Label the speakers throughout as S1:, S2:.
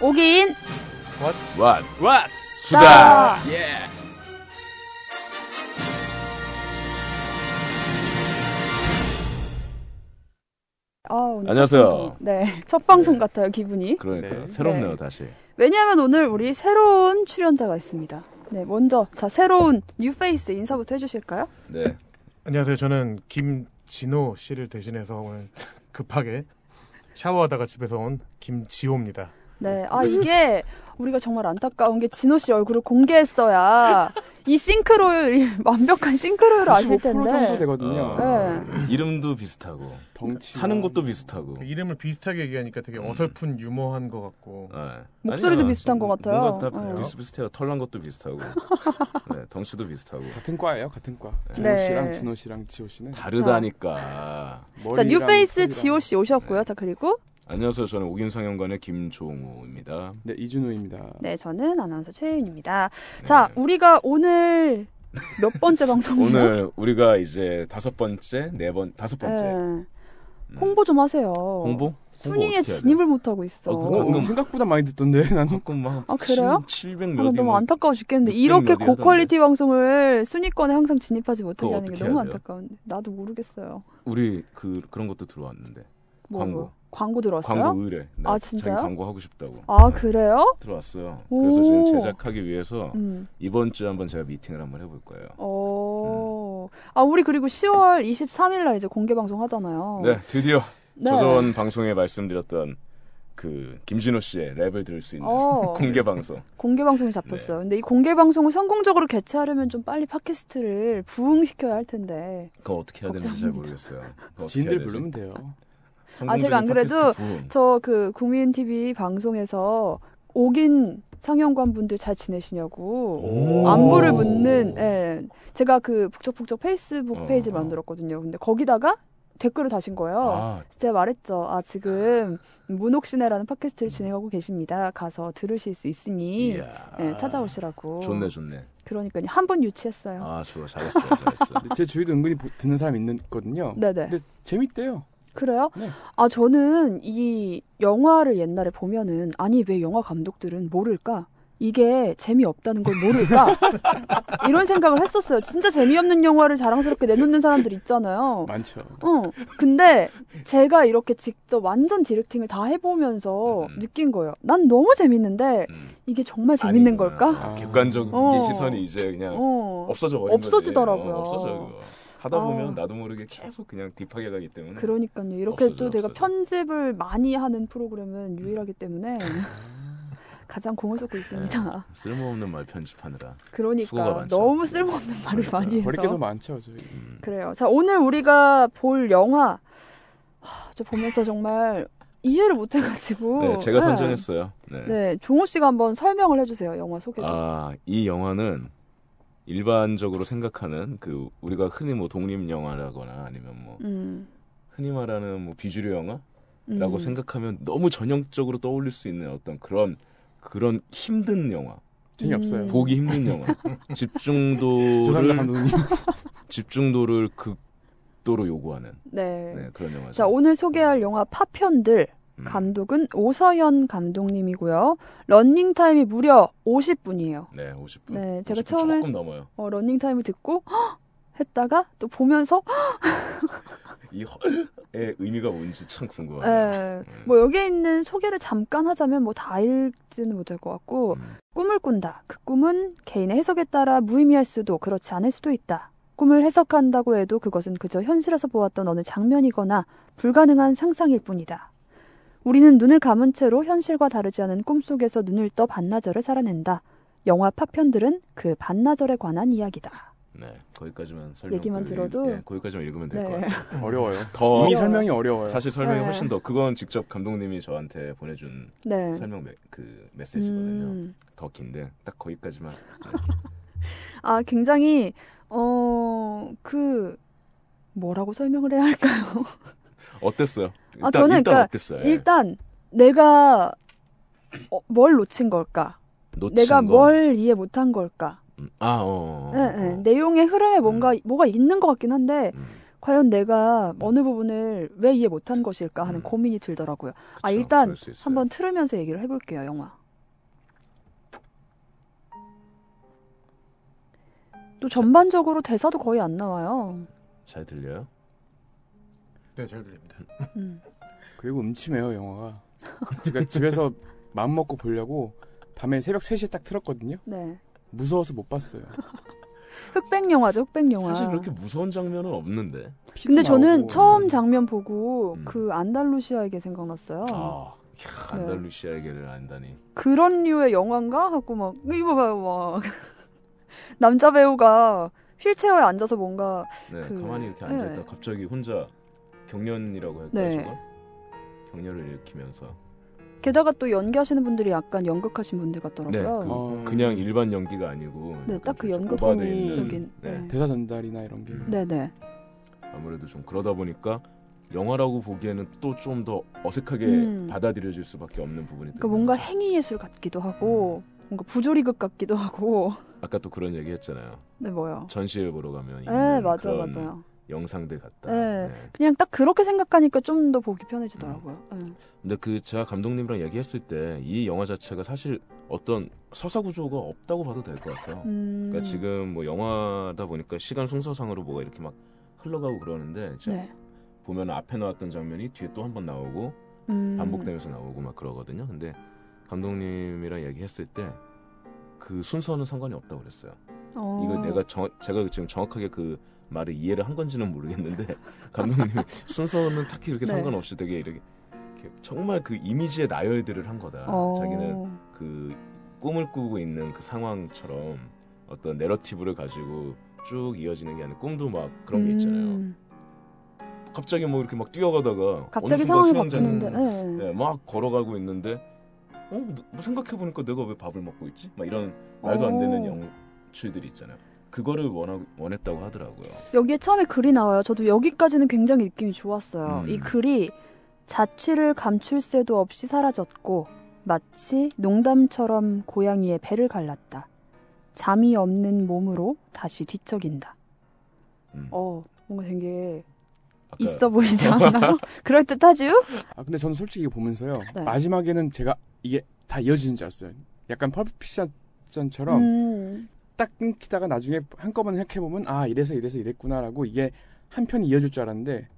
S1: 오긴
S2: 왓, 왓,
S1: 수다.
S2: 수다. 예.
S1: 아, 오늘
S2: 안녕하세요.
S1: 첫 방송. 네, 첫 방송 같아요 기분이.
S2: 그러니까
S3: 네.
S2: 새롭네요
S1: 네.
S2: 다시.
S1: 왜냐하면 오늘 우리 새로운 출연자가 있습니다. 네, 먼저 자 새로운 뉴페이스 인사부터 해주실까요?
S2: 네.
S4: 안녕하세요. 저는 김진호 씨를 대신해서 오늘 급하게 샤워하다가 집에서 온 김지호입니다.
S1: 네, 아 이게 우리가 정말 안타까운 게 진호 씨 얼굴을 공개했어야 이 싱크로율, 이 완벽한 싱크로율을 아실
S3: 95% 정도
S1: 텐데.
S3: 되거든요.
S2: 어.
S1: 네.
S2: 이름도 비슷하고
S3: 덩치
S2: 사는 곳도 비슷하고.
S4: 이름을 비슷하게 얘기하니까 되게 어설픈 유머한 것 같고
S2: 네.
S1: 목소리도
S2: 아니야,
S1: 비슷한 것 같아요.
S2: 뭔가 다
S1: 어.
S2: 비슷비슷해요. 털난 것도 비슷하고, 네, 덩치도 비슷하고.
S3: 같은 과예요, 같은 과. 준호
S1: 네.
S3: 씨랑 진호 씨랑 지호 씨는
S2: 다르다니까.
S1: 자
S3: 머리랑
S1: 뉴페이스
S3: 털이랑.
S1: 지호 씨 오셨고요. 자 그리고
S2: 안녕하세요. 저는 옥인상영관의 김종우입니다.
S3: 네, 이준호입니다.
S1: 네 저는 아나운서 최윤입니다.
S2: 네.
S1: 자 우리가 오늘 몇 번째 방송이에요?
S2: 오늘 우리가 이제 다섯 번째, 네 번, 다섯 번째.
S1: 네.
S2: 음.
S1: 홍보 좀 하세요.
S2: 홍보? 홍보
S1: 순위에
S2: 어떻게 해야 돼?
S1: 진입을 못 하고 있어.
S2: 어,
S3: 어,
S2: 방금- 어,
S3: 어, 생각보다 많이 듣던데 나는
S2: 조금 막
S1: 아, 그래요?
S2: 700
S1: 아,
S2: 몇이
S1: 너무 안타까워 죽겠는데
S2: 몇백
S1: 이렇게
S2: 몇이라던데.
S1: 고퀄리티 방송을 순위권에 항상 진입하지 못하게
S2: 그거
S1: 하는 게
S2: 어떻게
S1: 너무
S2: 해야 돼요?
S1: 안타까운데 나도 모르겠어요.
S2: 우리 그 그런 것도 들어왔는데
S1: 뭐,
S2: 광고.
S1: 뭐. 광고 들어왔어요?
S2: 광고 의뢰. 네,
S1: 아,
S2: 자기
S1: 진짜요?
S2: 광고 하고 싶다고.
S1: 아
S2: 네,
S1: 그래요?
S2: 들어왔어요.
S1: 오.
S2: 그래서 지금 제작하기 위해서
S1: 음.
S2: 이번 주에 한번 제가 미팅을 한번 해볼 거예요.
S1: 어.
S2: 음.
S1: 아 우리 그리고 10월 23일 날 이제 공개 방송 하잖아요.
S2: 네, 드디어
S1: 네.
S2: 저전 방송에 말씀드렸던 그 김진호 씨의 랩을 들을 수 있는
S1: 어.
S2: 공개 방송.
S1: 공개 방송이 잡혔어요.
S2: 네.
S1: 근데 이 공개 방송을 성공적으로 개최하려면 좀 빨리 팟캐스트를 부흥시켜야 할 텐데.
S2: 그거 어떻게 해야 되는지 잘 모르겠어요. 그거 어떻게 해야
S3: 지인들
S2: 되지?
S3: 부르면 돼요.
S1: 아, 제가 안
S2: 성공적인
S1: 그래도
S2: 팟캐스트 부흥.
S1: 저 그 국민 TV 방송에서 오긴 상영관 분들 잘 지내시냐고
S2: 오.
S1: 안부를 묻는 예. 제가 그 북적북적 페이스북
S2: 어,
S1: 페이지를
S2: 어.
S1: 만들었거든요. 근데 거기다가 댓글을 다신 거예요.
S2: 아,
S1: 제가 말했죠. 아, 지금 문옥시네라는 팟캐스트를 진행하고 계십니다. 가서 들으실 수 있으니
S2: 이야.
S1: 예, 찾아오시라고.
S2: 좋네, 좋네.
S1: 그러니까 한 번 유치했어요.
S2: 아, 좋아, 잘했어요, 잘했어.
S3: 근데 제 주위도 은근히 보- 듣는 사람 있거든요.
S1: 네네.
S3: 근데 재밌대요.
S1: 그래요?
S3: 네.
S1: 아, 저는 이 영화를 옛날에 보면은, 아니, 왜 영화 감독들은 모를까? 이게 재미없다는 걸 모를까? 이런 생각을 했었어요. 진짜 재미없는 영화를 자랑스럽게 내놓는 사람들 있잖아요.
S3: 많죠.
S1: 어, 근데 제가 이렇게 직접 완전 디렉팅을 다 해보면서
S2: 음.
S1: 느낀 거예요. 난 너무 재밌는데,
S2: 음.
S1: 이게 정말 재밌는
S2: 아니구나.
S1: 걸까?
S2: 아, 객관적인
S1: 어.
S2: 시선이 이제 그냥
S1: 어.
S2: 없어져 버린
S1: 없어지더라고요.
S2: 거지. 어, 없어져요. 그거. 하다
S1: 아.
S2: 보면 나도 모르게 계속 그냥 딥하게 가기 때문에.
S1: 그러니까요. 이렇게
S2: 없어져요,
S1: 또 내가
S2: 없어져요. 음.
S1: 편집을 많이 하는 프로그램은 유일하기 때문에
S2: 아.
S1: 가장 공을 쏟고
S2: 네.
S1: 있습니다.
S2: 쓸모없는 말 편집하느라. 수고가
S1: 그러니까
S2: 많죠.
S1: 너무 쓸모없는 말을
S2: 그러니까.
S1: 많이
S3: 버릴 게 더
S1: 해서
S3: 많죠, 저희.
S1: 그래요. 자 오늘 우리가 볼 영화 하, 저 보면서 정말 이해를 못해가지고
S2: 네, 제가
S1: 네.
S2: 선정했어요. 네.
S1: 네, 그- 종호 씨가 한번 설명을 해주세요. 영화 소개도.
S2: 아, 이 영화는 일반적으로 생각하는 그 우리가 흔히 뭐 독립 영화라거나 아니면 뭐
S1: 음,
S2: 흔히 말하는 뭐 비주류 영화라고
S1: 음.
S2: 생각하면 너무 전형적으로 떠올릴 수 있는 어떤 그런 그런 힘든 영화,
S3: 재미없어요.
S1: 음.
S2: 보기 힘든 영화,
S3: 죄송합니다,
S2: 집중도를
S3: 감독님.
S2: 집중도를 극도로 요구하는
S1: 네.
S2: 네, 그런 영화죠.
S1: 자 오늘 소개할 영화 파편들
S2: 음.
S1: 감독은 오서연 감독님이고요. 런닝 타임이 무려 50분이에요.
S2: 네, 50분.
S1: 네, 제가
S2: 50분
S1: 처음에
S2: 조금 넘어요.
S1: 어, 러닝 타임을 듣고 "헉!" 했다가 또 보면서
S2: 이 허의 의미가 뭔지 참 음. 궁금해요.
S1: 에, 뭐 여기에 있는 소개를 잠깐 하자면 뭐 다 읽지는 못할 것 같고
S2: 음.
S1: 꿈을 꾼다. 그 꿈은 개인의 해석에 따라 무의미할 수도 그렇지 않을 수도 있다. 꿈을 해석한다고 해도 그것은 그저 현실에서 보았던 어느 장면이거나 불가능한 상상일 뿐이다. 우리는 눈을 감은 채로 현실과 다르지 않은 꿈 속에서 눈을 떠 반나절을 살아낸다. 영화 파편들은 그 반나절에 관한 이야기다.
S2: 네, 거기까지만 설명.
S1: 얘기만
S2: 그-
S1: 들어도?
S2: 예, 거기까지만 읽으면 될
S1: 네.
S2: 것 같아요.
S3: 어려워요.
S2: 더
S3: 이미 설명이 어려워요.
S2: 사실 설명이
S1: 네.
S2: 훨씬 더 그건 직접 감독님이 저한테 보내준
S1: 네.
S2: 설명 메, 그 메시지거든요.
S1: 음.
S2: 더 긴데 딱 거기까지만. 네.
S1: 아, 굉장히, 어, 그, 뭐라고 설명을 해야 할까요?
S2: 어땠어요? 일단,
S1: 아, 저는
S2: 일단
S1: 그러니까
S2: 어땠어요? 예.
S1: 일단, 내가 어, 뭘 놓친 걸까?
S2: 놓친
S1: 내가
S2: 거.
S1: 뭘 이해 못한 걸까?
S2: 음, 아, 어. 음. 어, 어.
S1: 예, 예. 내용의 흐름에 뭔가, 뭐가 있는 것 같긴 한데,
S2: 음,
S1: 과연 내가 어느 부분을 왜 이해 못한 것일까 하는
S2: 음. 네.
S1: 고민이 들더라고요. 아,
S2: 그쵸,
S1: 일단
S2: 그럴 수 있어요.
S1: 한번 틀으면서 얘기를 해볼게요, 영화. 또 전반적으로 대사도 거의 안 나와요.
S2: 잘 들려요?
S4: 네, 잘 들립니다.
S1: 음.
S3: 그리고 음침해요 영화가. 제가 집에서 마음 먹고 보려고 밤에 새벽 3시에 딱 틀었거든요.
S1: 네.
S3: 무서워서 못 봤어요.
S1: 흑백 영화죠, 흑백 영화.
S2: 사실 그렇게 무서운 장면은 없는데.
S3: 피도
S1: 근데 저는
S3: 나오고.
S1: 처음 장면 보고
S2: 음.
S1: 그 안달루시아에게 생각났어요.
S2: 아, 캬,
S1: 네.
S2: 안달루시아에게를 안다니.
S1: 그런 류의 영화인가 하고 막 이거 봐요 막 남자 배우가 휠체어에 앉아서 뭔가
S2: 네,
S1: 그-
S2: 가만히 이렇게
S1: 네.
S2: 앉아있다 갑자기 혼자 경련이라고 할까요,
S1: 네.
S2: 저걸? 경련을 일으키면서.
S1: 게다가 또 연기하시는 분들이 약간 연극하신 분들 같더라고요.
S2: 네, 그-
S3: 어,
S2: 그냥 일반 연기가 아니고.
S1: 네,
S2: 약간
S1: 딱 그
S2: 좀
S1: 연극
S2: 오바돼
S3: 톤이
S2: 있는.
S1: 적인
S2: 네.
S1: 네.
S3: 대사 전달이나 이런 게.
S2: 음.
S1: 네, 네.
S2: 아무래도 좀 그러다 보니까 영화라고 보기에는 또 좀 더 어색하게
S1: 음.
S2: 받아들여질 수밖에 없는 부분이
S1: 그러니까
S2: 되는
S1: 뭔가
S2: 거죠.
S1: 행위 예술 같기도 하고 뭔가 부조리극 같기도 하고
S2: 아까 또 그런 얘기 했잖아요.
S1: 네 뭐요.
S2: 전시회 보러 가면
S1: 예,
S2: 있는
S1: 네, 맞아,
S2: 그런
S1: 맞아요.
S2: 영상들 같다.
S1: 네.
S2: 네.
S1: 그냥 딱 그렇게 생각하니까 좀 더 보기 편해지더라고요. 예.
S2: 근데 그 제가 감독님이랑 얘기했을 때 이 영화 자체가 사실 어떤 서사 구조가 없다고 봐도 될 것 같아요.
S1: 음.
S2: 그러니까 지금 뭐 영화다 보니까 시간 순서상으로 뭐가 이렇게 막 흘러가고 그러는데 자-
S1: 네.
S2: 보면 앞에 나왔던 장면이 뒤에 또 한 번 나오고
S1: 음.
S2: 반복되면서 나오고 막 그러거든요. 근데 감독님이랑 얘기했을 때 그 순서는 상관이 없다고 그랬어요.
S1: 어.
S2: 이거 내가 정, 제가 지금 정확하게 그 말을 이해를 한 건지는 모르겠는데 감독님이 순서는 딱히 이렇게
S1: 네.
S2: 상관없이 되게 이렇게, 이렇게 정말 그 이미지의 나열들을 한 거다.
S1: 어.
S2: 자기는 그 꿈을 꾸고 있는 그 상황처럼 어떤 내러티브를 가지고 쭉 이어지는 게 아니라 꿈도 막 그런 게 있잖아요.
S1: 음.
S2: 갑자기 뭐 이렇게 막 뛰어가다가
S1: 갑자기
S2: 어느 순간
S1: 상황이
S2: 수영장
S1: 바뀌는데. 예.
S2: 예, 막 걸어가고 있는데 어, 뭐 생각해보니까 내가 왜 밥을 먹고 있지? 막 이런 말도 안 되는
S1: 오.
S2: 영출들이 있잖아요. 그거를 원하, 원했다고 하더라고요.
S1: 여기에 처음에 글이 나와요. 저도 여기까지는 굉장히 느낌이 좋았어요.
S2: 음.
S1: 이 글이 자취를 감출 새도 없이 사라졌고 마치 농담처럼 고양이의 배를 갈랐다. 잠이 없는 몸으로 다시 뒤척인다.
S2: 음.
S1: 어, 뭔가 되게
S2: 아까
S1: 있어 보이지 않아요? 그럴 듯하죠?
S3: 아 근데 저는 솔직히 보면서요
S1: 네.
S3: 마지막에는 제가 이게 다 이어지는 줄 알았어요. 약간 펄피션처럼
S1: 음,
S3: 딱 끊기다가 나중에 한꺼번에 생각해 보면 아 이래서 이래서 이랬구나라고 이게 한 편이 이어질 줄 알았는데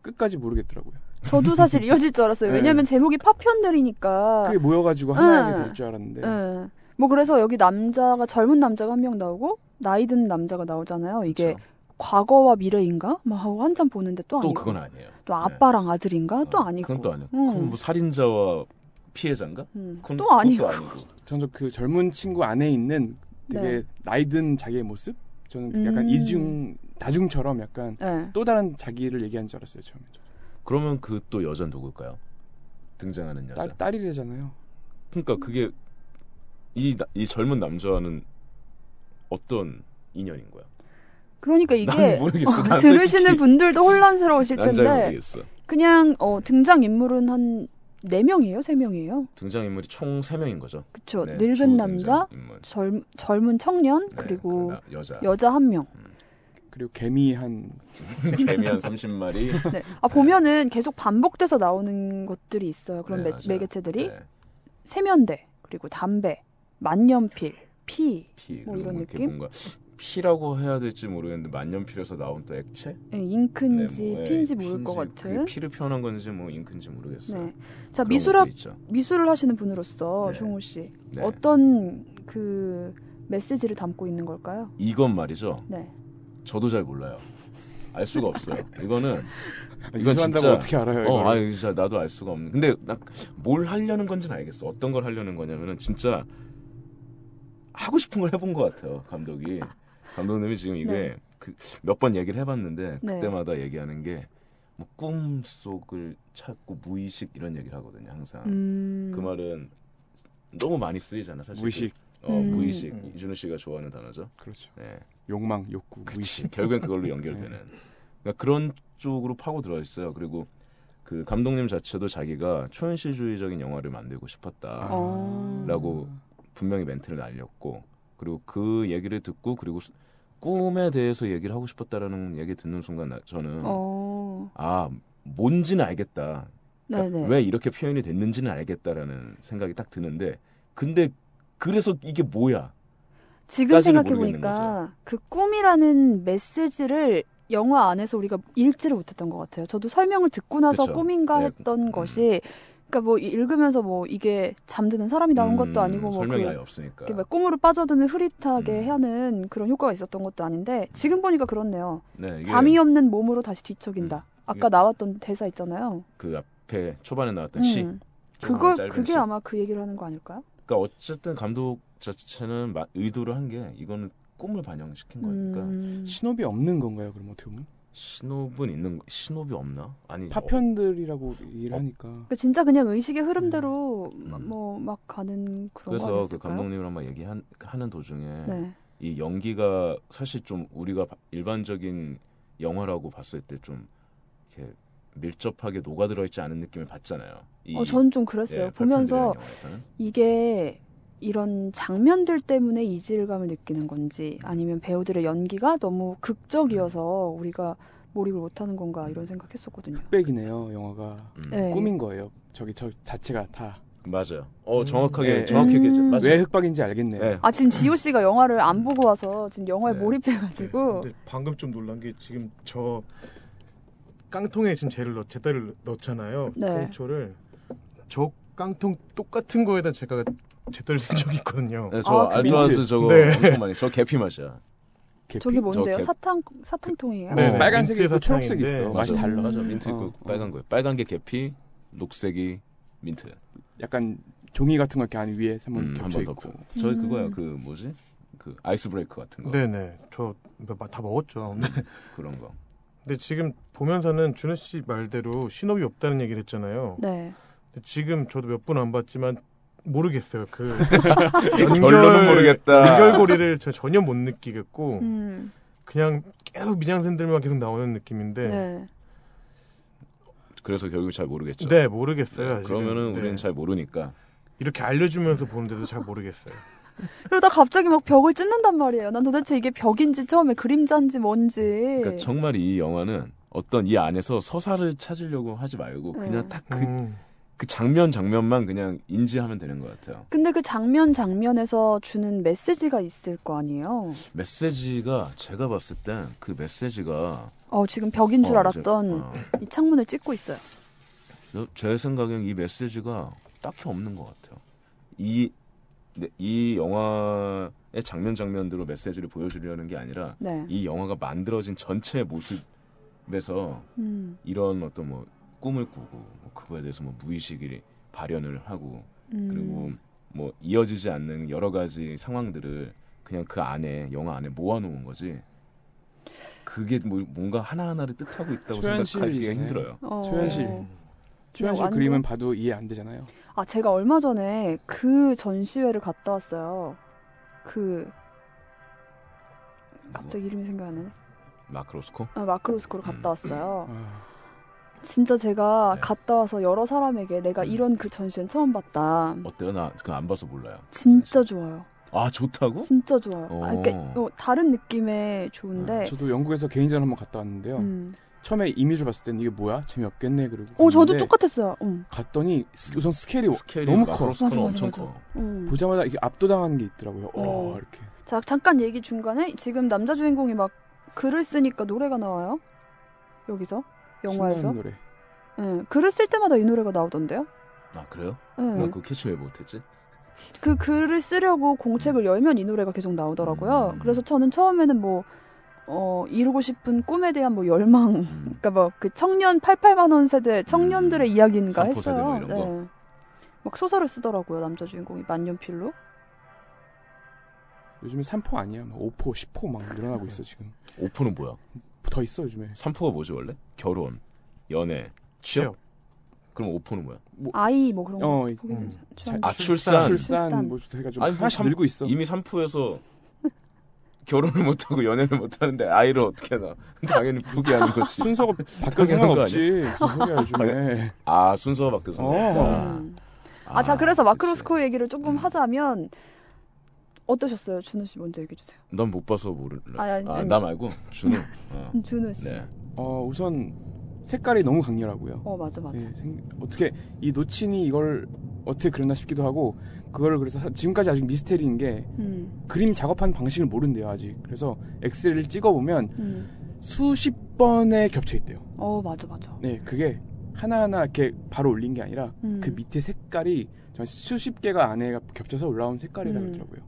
S3: 끝까지 모르겠더라고요.
S1: 저도 사실 이어질 줄 알았어요.
S3: 네.
S1: 왜냐면 제목이 파편들이니까.
S3: 그게 모여가지고
S1: 음.
S3: 하나에게 될 줄 알았는데
S2: 네.
S1: 예. 뭐 그래서 여기 남자가 젊은 남자가 한 명 나오고 나이 든 남자가 나오잖아요. 이게
S2: 그렇죠.
S1: 과거와 미래인가? 막 하고 한참 보는데 또
S2: 또
S1: 아니고
S2: 그건 아니에요.
S1: 또 아빠랑 아들인가?
S2: 네.
S1: 또
S2: 어,
S1: 아니고
S2: 그건 또 아니고.
S1: 음.
S2: 그럼 뭐 살인자와 피해자인가?
S1: 음,
S2: 그건
S1: 또
S2: 그것도
S1: 아니고
S3: 저는 그 젊은 친구 안에 있는 되게 나이든 자기의 모습 저는 약간
S1: 네. 음.
S3: 이중 다중처럼 약간
S1: 예.
S3: 또 다른 자기를 얘기한 줄 알았어요 처음에.
S2: 그러면 그 또 여자 누굴까요? 등장하는 여자.
S3: 딸 딸이래잖아요.
S2: 그러니까 그게 이, 나- 이 젊은 남자와는 어떤 인연인 거야?
S1: 그러니까
S2: 난
S1: 이게
S2: 모르겠어. 난
S1: 들으시는
S2: 솔직히
S1: 분들도 혼란스러우실
S2: 난 잘
S1: 텐데
S2: 모르겠어.
S1: 그냥 어, 등장 인물은 한 네명이에요세명이에요
S2: 등장 인물이 총 3명인 거죠.
S1: 그쵸.
S2: 네, 주
S1: 늙은
S2: 등장
S1: 남자,
S2: 인물.
S1: 젊, 젊은 청년,
S2: 네,
S1: 그리고
S2: 나- 여자
S1: 여자 한 명.
S3: 그리고 개미 한
S2: 개미 한 30마리
S1: 네. 아, 보면은 계속 반복돼서 나오는 것들이 있어요. 그런
S2: 네,
S1: 매,
S2: 맞아요.
S1: 매개체들이.
S2: 네,
S1: 세면대, 그리고 담배, 만년필, 피,
S2: 피
S1: 뭐
S2: 그리고
S1: 이런
S2: 이렇게
S1: 느낌?
S2: 뭔가 피라고 해야 될지 모르겠는데 만년필에서 나온 또 액체?
S1: 예, 잉크인지
S2: 네, 뭐, 예,
S1: 피인지 모를 것
S2: 피인지,
S1: 같은.
S2: 그게 피를 표현한 건지 뭐 잉크인지 모르겠어요.
S1: 네. 자,
S2: 그런
S1: 미술학
S2: 것도 있죠.
S1: 미술을 하시는 분으로서
S2: 네.
S1: 종우 씨
S2: 네.
S1: 어떤 그 메시지를 담고 있는 걸까요?
S2: 이건 말이죠.
S1: 네.
S2: 저도 잘 몰라요. 알 수가 없어요. 이거는 이건
S3: 이주한다고
S2: 진짜-
S3: 어떻게 알아요? 네, 이걸?
S2: 어, 아 진짜 나도 알 수가 없는. 근데 나 뭘 하려는 건지는 알겠어. 어떤 걸 하려는 거냐면은 진짜 하고 싶은 걸 해본 것 같아요. 감독이 감독님이 지금 이게 그
S1: 네.
S2: 몇 번 얘기를 해봤는데
S1: 네.
S2: 그때마다 얘기하는 게뭐꿈 속을 찾고 무의식 이런 얘기를 하거든요. 항상
S1: 음.
S2: 그 말은 너무 많이 쓰이잖아. 사실
S3: 무의식
S2: 그, 어,
S1: 음.
S2: 무의식
S4: 음.
S2: 이준우 씨가 좋아하는 단어죠.
S3: 그렇죠.
S2: 네.
S3: 욕망 욕구 무의식.
S2: 그치. 결국엔
S1: 네.
S2: 그걸로 연결되는. 그러니까 그런 쪽으로 파고 들어 있어요. 그리고 그 감독님 자체도 자기가 초현실주의적인 영화를 만들고 싶었다라고
S1: 어.
S2: 분명히 멘트를 날렸고 그리고 그 얘기를 듣고 그리고 수- 꿈에 대해서 얘기를 하고 싶었다라는 얘기 듣는 순간 나- 저는
S1: 어.
S2: 아 뭔지는 알겠다.
S1: 네,
S2: 그러니까
S1: 네.
S2: 왜 이렇게 표현이 됐는지는 알겠다라는 생각이 딱 드는데 근데 그래서 이게 뭐야?
S1: 지금
S2: 까지를
S1: 생각해
S2: 모르겠는
S1: 보니까 그 꿈이라는 메시지를 영화 안에서 우리가 읽지를 못했던 것 같아요. 저도 설명을 듣고 나서
S2: 그쵸.
S1: 꿈인가
S2: 네.
S1: 했던 것이 그러니까 뭐 읽으면서 뭐 이게 잠드는 사람이 나온 것도 아니고 뭐
S2: 음, 설명이
S1: 그
S2: 아예 없으니까.
S1: 이렇게 막 꿈으로 빠져드는 흐릿하게
S2: 음.
S1: 하는 그런 효과가 있었던 것도 아닌데 지금 보니까 그렇네요.
S2: 네, 이게
S1: 잠이 없는 몸으로 다시 뒤척인다.
S2: 음.
S1: 아까 나왔던 대사 있잖아요.
S2: 그 앞에 초반에
S1: 음.
S2: 나왔던 네, 시. 조금
S1: 그걸
S2: 짧은
S1: 그게
S2: 시.
S1: 아마 그 얘기를 하는 거 아닐까요?
S2: 그러니까 어쨌든 감독 자체는 마- 의도를 한 게 이거는 꿈을 반영시킨 거니까
S1: 음.
S3: 신업이 없는 건가요? 그럼 어떻게 보면
S2: 뭐. 신호분 있는 거- 신호비 없나? 아니
S3: 파편들이라고 얘기를
S2: 어.
S3: 하니까
S1: 그 진짜 그냥 의식의 흐름대로
S2: 음.
S1: 뭐 막 가는
S2: 어,
S1: 그런 거
S2: 그래서 그
S1: 아니었을까요?
S2: 감독님이랑 막 얘기하는 도중에
S1: 네.
S2: 이 연기가 사실 좀 우리가 바- 일반적인 영화라고 봤을 때 좀 이렇게 밀접하게 녹아들어 있지 않은 느낌을 받잖아요. 이-
S1: 어, 저는 좀 그랬어요.
S2: 예,
S1: 보면서
S2: 파편들이라는 영화에서는.
S1: 이게 이런 장면들 때문에 이질감을 느끼는 건지 아니면 배우들의 연기가 너무 극적이어서
S2: 음.
S1: 우리가 몰입을 못하는 건가 이런 생각했었거든요.
S3: 흑백이네요 영화가
S2: 음.
S1: 네.
S3: 꿈인 거예요. 저기 저 자체가 다 왜
S2: 맞아요. 어
S4: 음.
S2: 정확하게
S3: 네.
S2: 정확히
S1: 음.
S2: 얘기했죠. 맞아요.
S3: 흑박인지 알겠네요.
S2: 네.
S1: 아 지금 지호 씨가 영화를 안 보고 와서 지금 영화에
S2: 네.
S1: 몰입해가지고
S4: 근데 방금 좀 놀란 게 지금 저 깡통에 지금 쟤를 넣, 제 딸을 넣잖아요.
S1: 네.
S4: 통초를 저 깡통 똑같은 거에다 제가 제떨린 적이 있거든요.
S2: 네,
S1: 아,
S2: 저
S1: 그
S2: 알조아스
S4: 민트.
S2: 저거
S4: 네.
S2: 엄청 많이 저 계피 맛이야.
S3: 개피?
S1: 저게 뭔데요?
S2: 개-
S1: 사탕 사탕통이에요?
S4: 네,
S3: 어,
S4: 네.
S3: 빨간색이
S4: 민트
S3: 있고 초록색이
S4: 사탕인데.
S3: 있어.
S4: 맞아.
S3: 맛이 달라.
S2: 맞아 민트 있고
S3: 어, 어.
S2: 빨간 거예요. 빨간 게 계피, 녹색이 민트.
S3: 약간 종이 같은 거 이렇게 안 위에 한번
S2: 음,
S3: 겹쳐
S2: 한번
S3: 있고.
S2: 덮고. 저희
S1: 음.
S2: 그거야 그 뭐지 그 아이스 브레이크 같은 거
S4: 네네. 저뭐 다 먹었죠. 근데
S2: 그런 거.
S4: 근데 지금 보면서는 준우 씨 말대로 신업이 없다는 얘기를 했잖아요.
S1: 네.
S4: 근데 지금 저도 몇 분 안 봤지만 모르겠어요. 그
S2: 결론은 모르겠다.
S4: 연결고리를 저 전혀 못
S2: 어.
S4: 느끼겠고
S1: 음.
S4: 그냥 계속 미장센들만 계속 나오는
S1: 네.
S4: 느낌인데
S2: 그래서 결국 잘 모르겠죠.
S4: 네
S2: 네,
S4: 모르겠어요. 아직은.
S2: 그러면은
S4: 네.
S2: 우리는 잘 모르니까.
S4: 이렇게 알려주면서 보는데도 잘 모르겠어요.
S1: 그러다 갑자기 막 벽을 찢는단 말이에요. 난 도대체 이게 벽인지 처음에 그림자인지 뭔지. 네.
S2: 그러니까 정말 이 영화는 어떤 이 안에서 서사를 찾으려고 하지 말고 그냥
S1: 음.
S2: 딱 그
S4: 음,
S2: 장면 장면만 그냥 인지하면 되는 것 같아요.
S1: 근데 그 장면 장면에서 주는 메시지가 있을 거 아니에요.
S2: 메시지가 제가 봤을 땐 그 메시지가
S1: 어 지금 벽인 줄
S2: 어, 이제,
S1: 알았던
S2: 어,
S1: 이 창문을 찍고 있어요.
S2: 여- 제 생각엔 이 메시지가 딱히 없는 것 같아요. 이, 네, 이 영화의 장면 장면대로 메시지를 보여주려는 게 아니라
S1: 네.
S2: 이 영화가 만들어진 전체의 모습에서
S1: 음.
S2: 이런 어떤 뭐 꿈을 꾸고 뭐 그거에 대해서 뭐 무의식이 발현을 하고
S1: 음.
S2: 그리고 뭐 이어지지 않는 여러 가지 상황들을 그냥 그 안에 영화 안에 모아놓은 거지. 그게 뭐- 뭔가 하나하나를 뜻하고 있다고 생각하기가
S3: 초현실이잖아요.
S2: 힘들어요.
S1: 어.
S3: 조현실. 최현 씨
S1: 완전-
S3: 그림은 봐도 이해 안 되잖아요.
S1: 아 제가 얼마 전에 그 전시회를 갔다 왔어요. 그 갑자기 이름이 생각 안 나네.
S2: 마크로스코?
S1: 아, 마크로스코로 갔다 왔어요.
S3: 아,
S1: 진짜 제가
S2: 음. 네.
S1: 갔다 와서 여러 사람에게 내가
S2: 음.
S1: 이런 그 전시회는 처음 봤다.
S2: 어때요? 나 그거 안 봐서 몰라요.
S1: 진짜 좋아요.
S2: 아 좋다고?
S1: 진짜 좋아요.
S2: 아, 어.
S1: 아, 그러니까 어, 다른 느낌의 좋은데.
S3: 저도 영국에서 개인전 한번 갔다 왔는데요.
S1: 네. 음.
S3: 처음에 이미지를 봤을 땐 이게 뭐야? 재미없겠네 그러고.
S1: 어, 저도
S3: 갔는데
S1: 똑같았어요. 음.
S3: 갔더니 스- 우선 스케일이
S2: 스케일이
S3: 너무 커.
S2: 마크로스코는
S1: 맞아,
S2: 엄청
S1: 맞아,
S2: 커.
S1: 음.
S3: 보자마자 이게 압도당한 게 있더라고요. 어
S1: 음.
S3: 이렇게.
S1: 자, 잠깐 얘기 중간에 지금 남자 주인공이 막 글을 쓰니까 노래가 나와요. 여기서 영화에서.
S3: 신나는 노래.
S1: 예, 글을 쓸 때마다 이 노래가 나오던데요.
S2: 아 그래요?
S1: 예.
S2: 나 그거 뭐 캐치 왜 못했지?
S1: 그 글을 쓰려고 공책을 열면 이 노래가 계속 나오더라고요.
S2: 음.
S1: 그래서 저는 처음에는 뭐 어, 이루고 싶은 꿈에 대한 뭐 열망,
S2: 음.
S1: 그러니까 뭐 그 청년 88만 원 세대 청년들의
S2: 음.
S1: 이야기인가
S2: 삼포 세대
S1: 했어요.
S2: 뭐 이런 거?
S1: 네. 막 소설을 쓰더라고요 남자 주인공이 만년필로.
S3: 요즘에 3포 아니야. 막 5포, 10포 막 늘어나고 있어 지금.
S2: 오포는 뭐야?
S3: 더 있어 요즘에.
S2: 삼포가 뭐지 원래? 결혼, 연애,
S4: 취업.
S2: 그럼 오포는 뭐야?
S1: 아이 뭐 그런 거.
S3: 어, 이-
S1: 보기는
S4: 음.
S1: 참-
S2: 아 출산.
S3: 출산
S1: 출산.
S3: 뭐 제가 좀
S2: 아니, 뭐
S3: 하나씩
S2: 삼-
S3: 늘고 있어.
S2: 이미 삼포에서 결혼을 못하고 연애를 못하는데 아이를 어떻게 나? 당연히 포기하는 거지.
S3: 순서가 바뀔
S2: 당연한 거
S3: 상관없지. 무슨 소리야 요즘에.
S2: 아 순서가 바뀌어서.
S3: 어.
S1: 음. 아, 자, 그래서 마크로스코 얘기를 조금
S2: 음.
S1: 하자면 어떠셨어요? 준우 씨 먼저 얘기해 주세요.
S2: 난못 봐서 모르.
S1: 아니, 아니,
S2: 아,
S1: 아니.
S2: 나 말고 준우. 어.
S1: 준우 씨.
S2: 네.
S3: 어, 우선 색깔이 너무 강렬하고요.
S1: 어 맞아 맞아.
S3: 예, 생- 어떻게 이 노친이 이걸 어떻게 그렸나 싶기도 하고 그거를 그래서 사- 지금까지 아직 미스테리인 게
S1: 음,
S3: 그림 작업한 방식을 모른대요 아직. 그래서 엑셀을 찍어보면
S1: 음.
S3: 수십 번에 겹쳐 있대요.
S1: 어 맞아 맞아.
S3: 네, 그게 하나하나 이렇게 바로 올린 게 아니라
S1: 음.
S3: 그 밑에 색깔이 정말 수십 개가 안에 겹쳐서 올라온 색깔이라
S1: 음.
S3: 그러더라고요.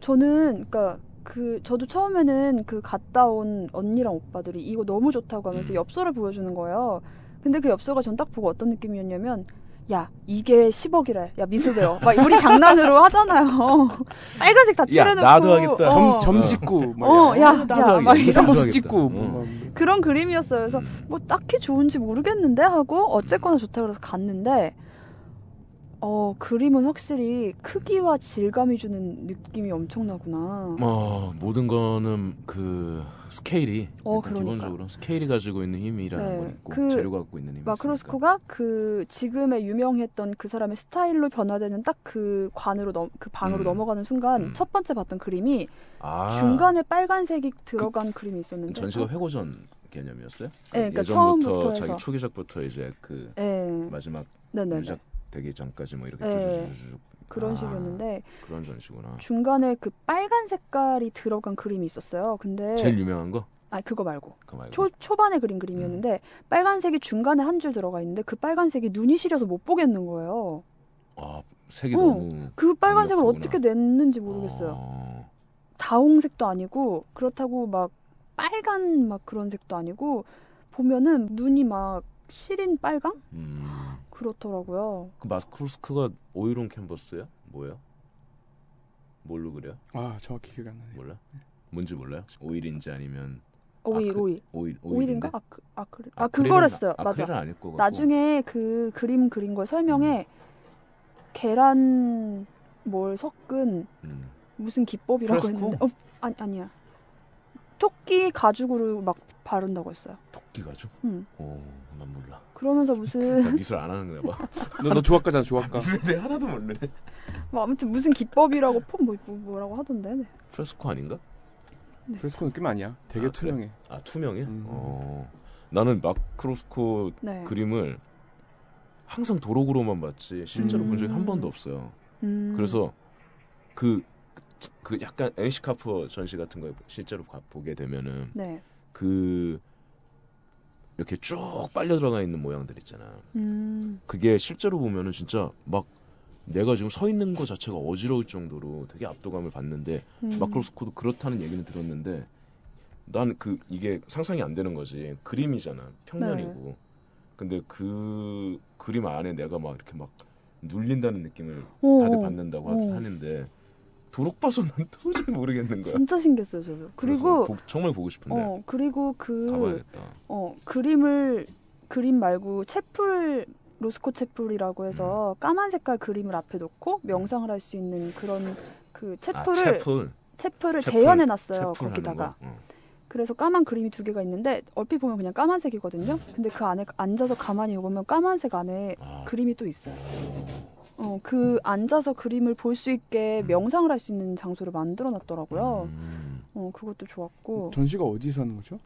S1: 저는 그러니까 그 저도 처음에는 그 갔다 온 언니랑 오빠들이 이거 너무 좋다고 하면서
S2: 음.
S1: 엽서를 보여주는 거예요. 근데 그 엽서가 전 딱 보고 어떤 느낌이었냐면 야 이게 10억이래. 야 미술 배워. 막 우리 장난으로 하잖아요. 빨간색 다
S2: 야,
S1: 칠해놓고.
S2: 나도 하겠다. 뭐,
S1: 어,
S3: 점, 점 찍고 막
S1: 어,
S3: 이런
S1: 야,
S2: 나도
S1: 야, 막
S2: 하겠다.
S1: 이런
S2: 나도
S3: 땀버스
S2: 하겠다.
S3: 찍고
S2: 어.
S3: 뭐
S1: 그런 그림이었어요. 그래서
S2: 음.
S1: 뭐 딱히 좋은지 모르겠는데 하고 어쨌거나 좋다 그래서 갔는데 어 그림은 확실히 크기와 질감이 주는 느낌이 엄청나구나.
S2: 뭐 모든 거는 그 스케일이
S1: 어,
S2: 일단
S1: 그러니까.
S2: 기본적으로 스케일이 가지고 있는 힘이라는
S1: 네,
S2: 건 있고
S1: 그
S2: 재료가 갖고 있는 힘이
S1: 마크로스코가 그 지금의 유명했던 그 사람의 스타일로 변화되는 딱 그 관으로 넘, 그 방으로
S2: 음.
S1: 넘어가는 순간
S2: 음.
S1: 첫 번째 봤던 그림이
S2: 있으니까. 아,
S1: 중간에 빨간색이 들어간 그, 림이 있었는데
S2: 전시가 회고전 개념이었어요?
S1: 네, 그러니까 처음부터
S2: 예전부터
S1: 해서.
S2: 자기 초기작부터 이제 그
S1: 예
S2: 마지막
S1: 네네
S2: 유작 되기 전까지 뭐 이렇게
S1: 네.
S2: 쭈쭈쭈쭈
S1: 그런
S2: 아.
S1: 식이었는데
S2: 그런 전시구나.
S1: 중간에 그 빨간 색깔이 들어간 그림이 있었어요 근데
S2: 제일 유명한 거?
S1: 아 그거 말고
S2: 그
S1: 네.
S2: 말고. 음.
S1: 초, 초반에 그린 그림이었는데 빨간색이 중간에 한 줄 들어가 있는데 그 빨간색이 눈이 시려서 못 보겠는 거예요
S2: 아, 색이
S1: 어,
S2: 너무
S1: 그 빨간색을
S2: 강력하구나.
S1: 어떻게 냈는지 모르겠어요
S2: 어,
S1: 다홍색도 아니고 그렇다고 막 빨간 막 그런 색도 아니고 보면은 눈이 막 시린 빨강
S2: 음.
S1: 그렇더라고요.
S2: 그 마크로스크가 오일론 캔버스야? 뭐야? 뭘로 그려?
S3: 아 정확히 기억이 안 나네.
S2: 몰라? 뭔지 몰라요? 오일인지 아니면
S1: 어, 오일
S2: 아, 그-
S1: 오일
S2: 오일 오일인데?
S1: 오일인가? 아, 그, 아, 그, 아 그거랬어요. 맞아.
S2: 아크릴은 아닐 거 같고.
S1: 나중에 그 그림 그린 걸 설명해
S2: 음.
S1: 계란 뭘 섞은
S2: 음.
S1: 무슨 기법이라고
S2: 크라스코?
S1: 했는데 어 아니 아니야 토끼 가죽으로 막 바른다고 했어요.
S2: 토끼 가죽?
S1: 음
S2: 오, 난 몰라.
S1: 그러면서 무슨
S2: 나 미술 안 하는 거야 봐.
S3: 너, 너 조각가잖아 조각가.
S2: 미술 내 하나도 모르네.
S1: 뭐 아무튼 무슨 기법이라고 폼 뭐, 뭐- 뭐라고 하던데. 네.
S2: 프레스코 아닌가?
S3: 프레스코는 느낌 아니야. 되게
S2: 아, 그래?
S3: 투명해.
S2: 아, 투명해?
S3: 음.
S2: 어. 나는 마크로스코
S1: 네.
S2: 그림을 항상 도록으로만 봤지 실제로 본 적이
S1: 음.
S2: 한 번도 없어요.
S1: 음.
S2: 그래서 그, 그 약간 앵시 카푸어 전시 같은 거 실제로 가- 보게 되면은
S1: 네.
S2: 그 이렇게 쭉 빨려 들어가 있는 모양들 있잖아.
S1: 음.
S2: 그게 실제로 보면은 진짜 막 내가 지금 서 있는 거 자체가 어지러울 정도로 되게 압도감을 받는데
S1: 음.
S2: 마크로스코도 그렇다는 얘기는 들었는데 난 그 이게 상상이 안 되는 거지 그림이잖아 평면이고
S1: 네.
S2: 근데 그 그림 안에 내가 막 이렇게 막 눌린다는 느낌을
S1: 어,
S2: 다들
S1: 어.
S2: 받는다고
S1: 어.
S2: 하, 하는데 도록 봐서 난 도저히 모르겠는 거야
S1: 진짜 신기했어요, 저도.
S2: 그래서 뭐
S1: 그리고
S2: 보- 정말 보고 싶은데
S1: 어, 그리고 그
S2: 가봐야겠다 아,
S1: 어, 그림을 그림 말고 채플 로스코 채플이라고 해서
S2: 음.
S1: 까만 색깔 그림을 앞에 놓고 명상을 할 수 있는 그런 그
S2: 아,
S1: 채플을
S2: 채플
S1: 채플을
S2: 채플.
S1: 재현해 놨어요.
S2: 채플
S1: 거기다가.
S2: 하는 거.
S1: 그래서 까만 그림이 두 개가 있는데 얼핏 보면 그냥 까만색이거든요. 근데 그 안에 앉아서 가만히 보면 까만색 안에
S2: 어. 아,
S1: 그림이 또 있어요. 어, 그 앉아서 그림을 볼 수 있게
S2: 음.
S1: 명상을 할 수 있는 장소를 만들어 놨더라고요.
S2: 음.
S1: 어, 그것도 좋았고.
S3: 전시가 어디서 하는 거죠?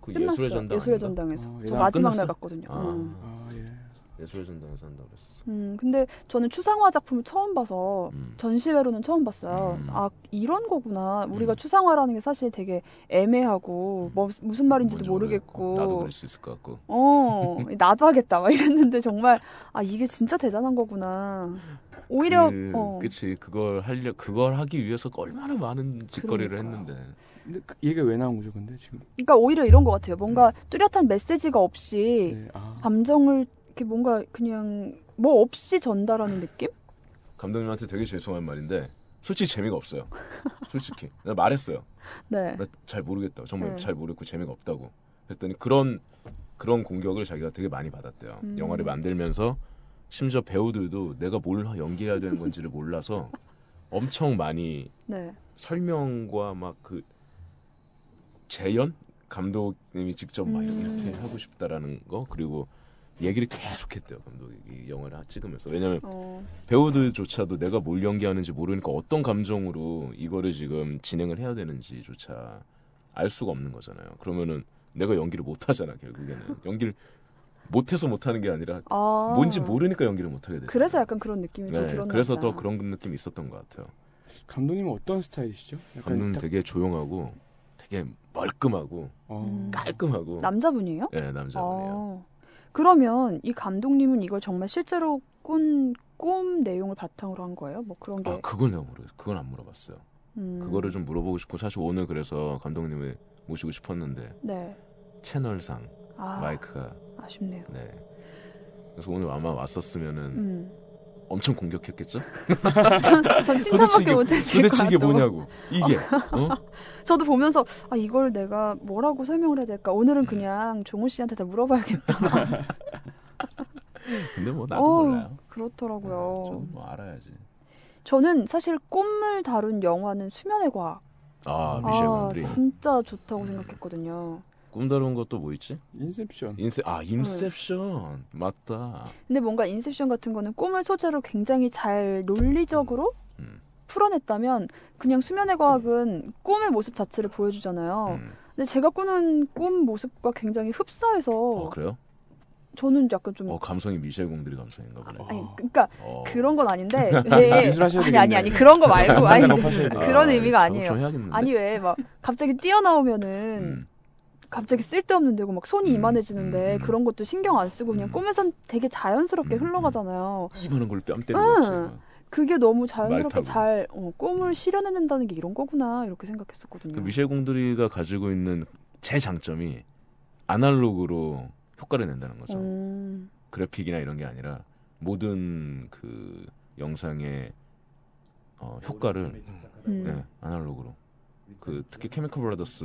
S2: 그
S1: 끝났어요.
S2: 예술의 전당
S1: 예술의
S2: 아닌가?
S1: 전당에서.
S3: 아,
S1: 저
S3: 예,
S1: 마지막
S2: 끝났어?
S1: 날 갔거든요.
S2: 아,
S1: 음.
S3: 아 예.
S2: 예술의 전당에서 한다고 그랬어
S1: 음, 근데 저는 추상화 작품을 처음 봐서
S2: 음.
S1: 전시회로는 처음 봤어요.
S2: 음.
S1: 아, 이런 거구나. 우리가
S2: 음.
S1: 추상화라는 게 사실 되게 애매하고 뭐, 무슨 말인지도
S2: 뭔지
S1: 모르겠고.
S2: 나도 그럴 수 있을 것 같고
S1: 어, 나도 하겠다. 막 이랬는데 정말 아, 이게 진짜 대단한 거구나. 오히려
S2: 그,
S1: 어.
S2: 그치 그걸 하려 그걸 하기 위해서 얼마나 많은 짓거리를
S1: 그러니까요.
S2: 했는데
S3: 근데 그 얘가 왜 나온 거죠 근데 지금?
S1: 그러니까 오히려 이런 것 같아요.
S2: 음.
S1: 뭔가 뚜렷한 메시지가 없이
S3: 네. 아.
S1: 감정을 이렇게 뭔가 그냥 뭐 없이 전달하는 느낌?
S2: 감독님한테 되게 죄송한 말인데 솔직히 재미가 없어요 솔직히 나 말했어요
S1: 네.
S2: 나 잘 모르겠다고 정말
S1: 네.
S2: 잘 모르겠고 재미가 없다고 했더니 그런 그런 공격을 자기가 되게 많이 받았대요
S1: 음.
S2: 영화를 만들면서 심지어 배우들도 내가 뭘 연기해야 되는 건지를 몰라서 엄청 많이
S1: 네.
S2: 설명과 막 그 재연 감독님이 직접 막 이렇게,
S1: 음.
S2: 이렇게 하고 싶다라는 거 그리고 얘기를 계속했대요 감독이 이 영화를 하- 찍으면서 왜냐면
S1: 어.
S2: 배우들조차도 내가 뭘 연기하는지 모르니까 어떤 감정으로 이거를 지금 진행을 해야 되는지조차 알 수가 없는 거잖아요 그러면은 내가 연기를 못 하잖아 결국에는 연기를 못해서 못하는 게 아니라
S1: 아.
S2: 뭔지 모르니까 연기를 못하게 돼.
S1: 그래서 약간 그런 느낌이 더 들었나
S2: 그래서
S1: 보다.
S2: 더 그런 느낌이 있었던 것 같아요.
S3: 감독님은 어떤 스타일이시죠? 약간
S2: 감독님
S3: 그러니까 딱,
S2: 되게 조용하고 되게 멀끔하고
S3: 어,
S1: 음.
S2: 깔끔하고
S1: 남자분이에요?
S2: 예 남자분이에요.
S1: 아. 그러면 이 감독님은 이걸 정말 실제로 꾼 꿈 내용을 바탕으로 한 거예요? 뭐 그런 게
S2: 아 그걸 내가 모르 그건 안 물어봤어요.
S1: 음.
S2: 그거를 좀 물어보고 싶고 사실 오늘 그래서 감독님을 모시고 싶었는데
S1: 네.
S2: 채널상
S1: 아,
S2: 마이크가
S1: 아쉽네요.
S2: 네. 그래서 오늘 아마 왔었으면은
S1: 음.
S2: 엄청 공격했겠죠?
S1: 전, 전
S2: 도대체 이게
S1: 칭찬밖에 못했을 것 아.
S2: 도대체
S1: 같아요.
S2: 이게 뭐냐고. 이게 어?
S1: 저도 보면서 아 이걸 내가 뭐라고 설명을 해야 될까? 오늘은
S2: 음.
S1: 그냥 종우 씨한테 다 물어봐야겠다.
S2: 근데 뭐 나도
S1: 어우,
S2: 몰라요.
S1: 그렇더라고요.
S2: 아, 좀뭐 알아야지.
S1: 저는 사실 꿈을 다룬 영화는 수면의 과학.
S2: 아 미셸
S1: 아,
S2: 원드리.
S1: 진짜
S2: 음.
S1: 좋다고 생각했거든요.
S2: 꿈다운 것도 뭐 있지?
S3: 인셉션.
S2: 인세
S1: 어.
S2: 아 인셉션 맞다.
S1: 근데 뭔가 인셉션 같은 거는 꿈을 소재로 굉장히 잘 논리적으로
S2: 음.
S1: 풀어냈다면 그냥 수면의 과학은 꿈의 모습 자체를 보여주잖아요.
S2: 음.
S1: 근데 제가 꾸는 꿈 모습과 굉장히 흡사해서
S2: 어 그래요?
S1: 저는 약간 좀
S2: 어 감성이 미셸 공들이 감성인가 보네.
S1: 음. 아니 그러니까
S2: 어.
S1: 그런 건 아닌데
S3: 미술-
S1: 왜
S3: 미술하셔야
S1: 아니 아니 아니
S3: 되겠네요.
S1: 그런 거 말고 아니
S3: 작업하셔야 돼요.
S1: 그런
S2: 아,
S1: 의미가
S2: 작업
S1: 아니에요.
S2: 좀 해야겠는데.
S1: 아니 왜 막 갑자기 뛰어나오면은
S2: 음.
S1: 갑자기 쓸데없는 데고 막 손이
S2: 음,
S1: 이만해지는데
S2: 음, 음.
S1: 그런 것도 신경 안 쓰고 그냥
S2: 음.
S1: 꿈에선 되게 자연스럽게
S2: 음, 음.
S1: 흘러가잖아요.
S2: 이만한 걸 뺨 때리고
S1: 응.
S2: 갑자기 막.
S1: 그게 너무
S2: 말 타고.
S1: 자연스럽게 잘 어, 꿈을 실현해낸다는 게 이런 거구나 이렇게 생각했었거든요.
S2: 그 미셸 공들이가 가지고 있는 제 장점이 아날로그로 효과를 낸다는 거죠.
S1: 음,
S2: 그래픽이나 이런 게 아니라 모든 그 영상의 어, 효과를
S1: 음.
S2: 예, 아날로그로
S4: 음.
S2: 그 특히 케미컬 브라더스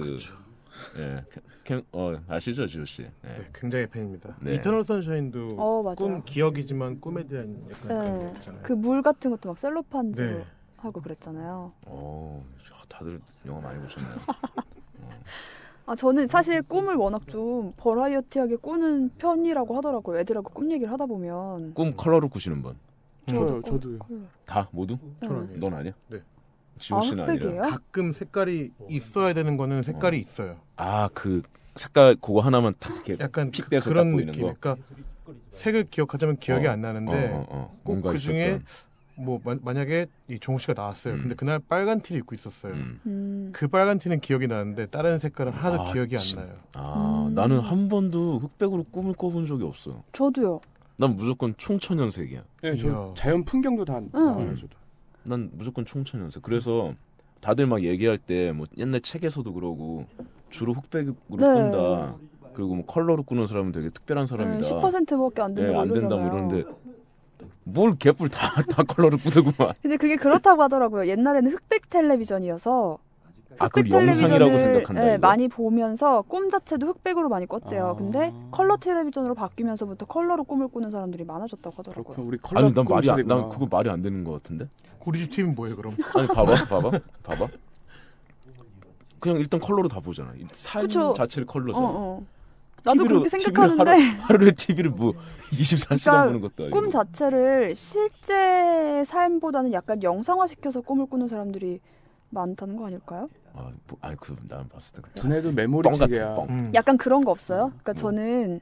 S2: 예, 케, 어, 아시죠 지호 씨? 예.
S4: 네, 굉장히 팬입니다.
S2: 네.
S4: 이터널 선샤인도
S1: 어 맞아요.
S4: 꿈 기억이지만 꿈에 대한 약간 그런
S1: 네.
S4: 게 있잖아요.
S1: 그 물 같은 것도 막 셀로판지로
S4: 네.
S1: 하고 그랬잖아요.
S2: 어, 야, 다들 영화 많이 보셨네요.
S1: 아 저는
S2: 음,
S1: 사실 꿈을 워낙 좀 버라이어티하게 꾸는 편이라고 하더라고요. 애들하고 꿈 얘기를 하다 보면
S2: 꿈 컬러로 꾸시는 분 다
S3: 저요, 저도요.
S2: 모두?
S4: 저는 아니에요.
S2: 넌 아니야?
S4: 네.
S2: 지호 씨는 아니라.
S1: 흑백이에요?
S4: 가끔 색깔이 있어야 되는 거는 색깔이 있어요.
S2: 아, 그 색깔 그거 하나만 탁 이렇게
S4: 약간 그,
S2: 픽돼서 딱
S4: 그런
S2: 보이는
S4: 느낌.
S2: 거.
S4: 그러니까 색을 기억하자면 기억이
S2: 어,
S4: 안 나는데
S2: 어, 어, 어.
S4: 네. 꼭
S2: 뭔가
S4: 그 중에
S2: 있었던.
S4: 뭐 마- 만약에 이 종우 씨가 나왔어요.
S2: 음.
S4: 근데 그날 빨간 티를 입고 있었어요.
S2: 음.
S1: 음.
S4: 그 빨간 티는 기억이 나는데 다른 색깔은 하나도
S2: 아,
S4: 기억이 안
S2: 진-
S4: 나요.
S2: 아,
S1: 음.
S2: 나는 한 번도 흑백으로 꿈을 꿔본 적이 없어.
S1: 저도요.
S2: 난 무조건 총천연색이야.
S3: 네, 저
S4: 이야.
S3: 자연 풍경도 다
S1: 음.
S3: 나와요, 저도.
S2: 난 무조건 총천연색. 그래서 다들 막 얘기할 때 뭐 옛날 책에서도 그러고 주로 흑백으로
S1: 네.
S2: 꾼다. 그리고 뭐 컬러로 꾸는 사람은 되게 특별한 사람이다.
S1: 10%밖에 네, 안 된다고
S2: 예, 안 된다 뭐
S1: 이러잖아요.
S2: 이러는데 뭘 개뿔 다 다 컬러로 꾸더구만.
S1: 근데 그게 그렇다고 하더라고요. 옛날에는 흑백 텔레비전이어서
S2: 아,
S1: 흑백
S2: 그걸 영상이라고
S1: 텔레비전을
S2: 생각한다.
S1: 예,
S2: 이거?
S1: 많이 보면서 꿈 자체도 흑백으로 많이 꿨대요.
S3: 아.
S1: 근데 컬러 텔레비전으로 바뀌면서부터 컬러로 꿈을 꾸는 사람들이 많아졌다고 하더라고요.
S3: 그렇구나. 우리 컬러
S2: 아니 난 말이 안-
S3: 꼼수되구나.
S2: 난 그거 말이 안 되는 것 같은데.
S4: 우리 집 팀은 뭐예요, 그럼?
S2: 아니 봐봐 봐봐 봐봐. 그냥 일단 컬러로 다 보잖아. 이 사진
S1: 그쵸.
S2: 자체를 컬러잖아.
S1: 어, 어. 나도
S2: TV로
S1: 그렇게 생각하는데
S2: 하루, 에 TV를 뭐 24시간
S1: 그러니까
S2: 보는 것도 아니고.
S1: 꿈 자체를 실제 삶보다는 약간 영상화 시켜서 꿈을 꾸는 사람들이 많다는 거 아닐까요?
S2: 아, 뭐, 아니 그 나는 봤을 때
S3: 두뇌도 메모리
S2: 아, 뻥 같은
S3: 체계야.
S2: 뻥.
S4: 음.
S1: 약간 그런 거 없어요? 그러니까
S2: 뭐.
S1: 저는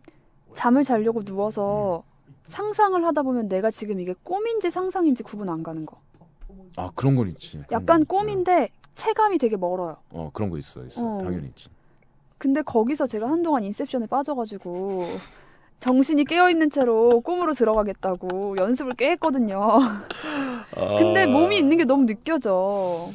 S1: 잠을 자려고 누워서
S2: 음.
S1: 상상을 하다 보면 내가 지금 이게 꿈인지 상상인지 구분 안 가는 거.
S2: 아 그런 건 있지. 그런
S1: 약간
S2: 건 있지.
S1: 꿈인데 체감이 되게 멀어요.
S2: 어 그런 거 있어 있어
S1: 어.
S2: 당연히 있지.
S1: 근데 거기서 제가 한동안 인셉션에 빠져가지고 정신이 깨어있는 채로 꿈으로 들어가겠다고 연습을 꽤 했거든요. 근데 몸이 있는 게 너무 느껴져.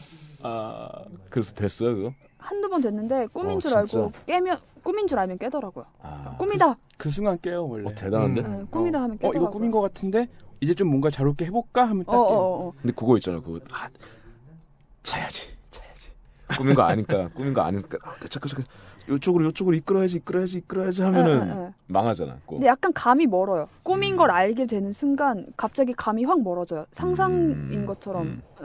S2: 아 그래서 됐어 그거.
S1: 한두 번 됐는데 꿈인
S2: 어,
S1: 줄
S2: 진짜?
S1: 알고 깨면 꿈인 줄 알면 깨더라고요.
S2: 아
S1: 꿈이다.
S3: 그 순간 깨요, 원래.
S2: 어, 대단한데.
S4: 음.
S1: 네, 꿈이다 하면
S3: 어,
S1: 깨더라고요.
S3: 이거 꿈인 것 같은데 이제 좀 뭔가 자유롭게 해볼까 하면 딱
S1: 어, 어,
S3: 깨요.
S1: 어, 어.
S2: 근데 그거 있잖아 그거 아, 자야지 자야지. 꿈인 거 아니까 꿈인 거 아니까 아, 잠깐 잠깐 요쪽으로 요쪽으로 이끌어야지 이끌어야지 이끌어야지 하면은
S1: 응, 응, 응.
S2: 망하잖아. 꿈.
S1: 근데 약간 감이 멀어요. 꿈인
S2: 음.
S1: 걸 알게 되는 순간 갑자기 감이 확 멀어져요. 상상인
S2: 음,
S1: 것처럼. 예.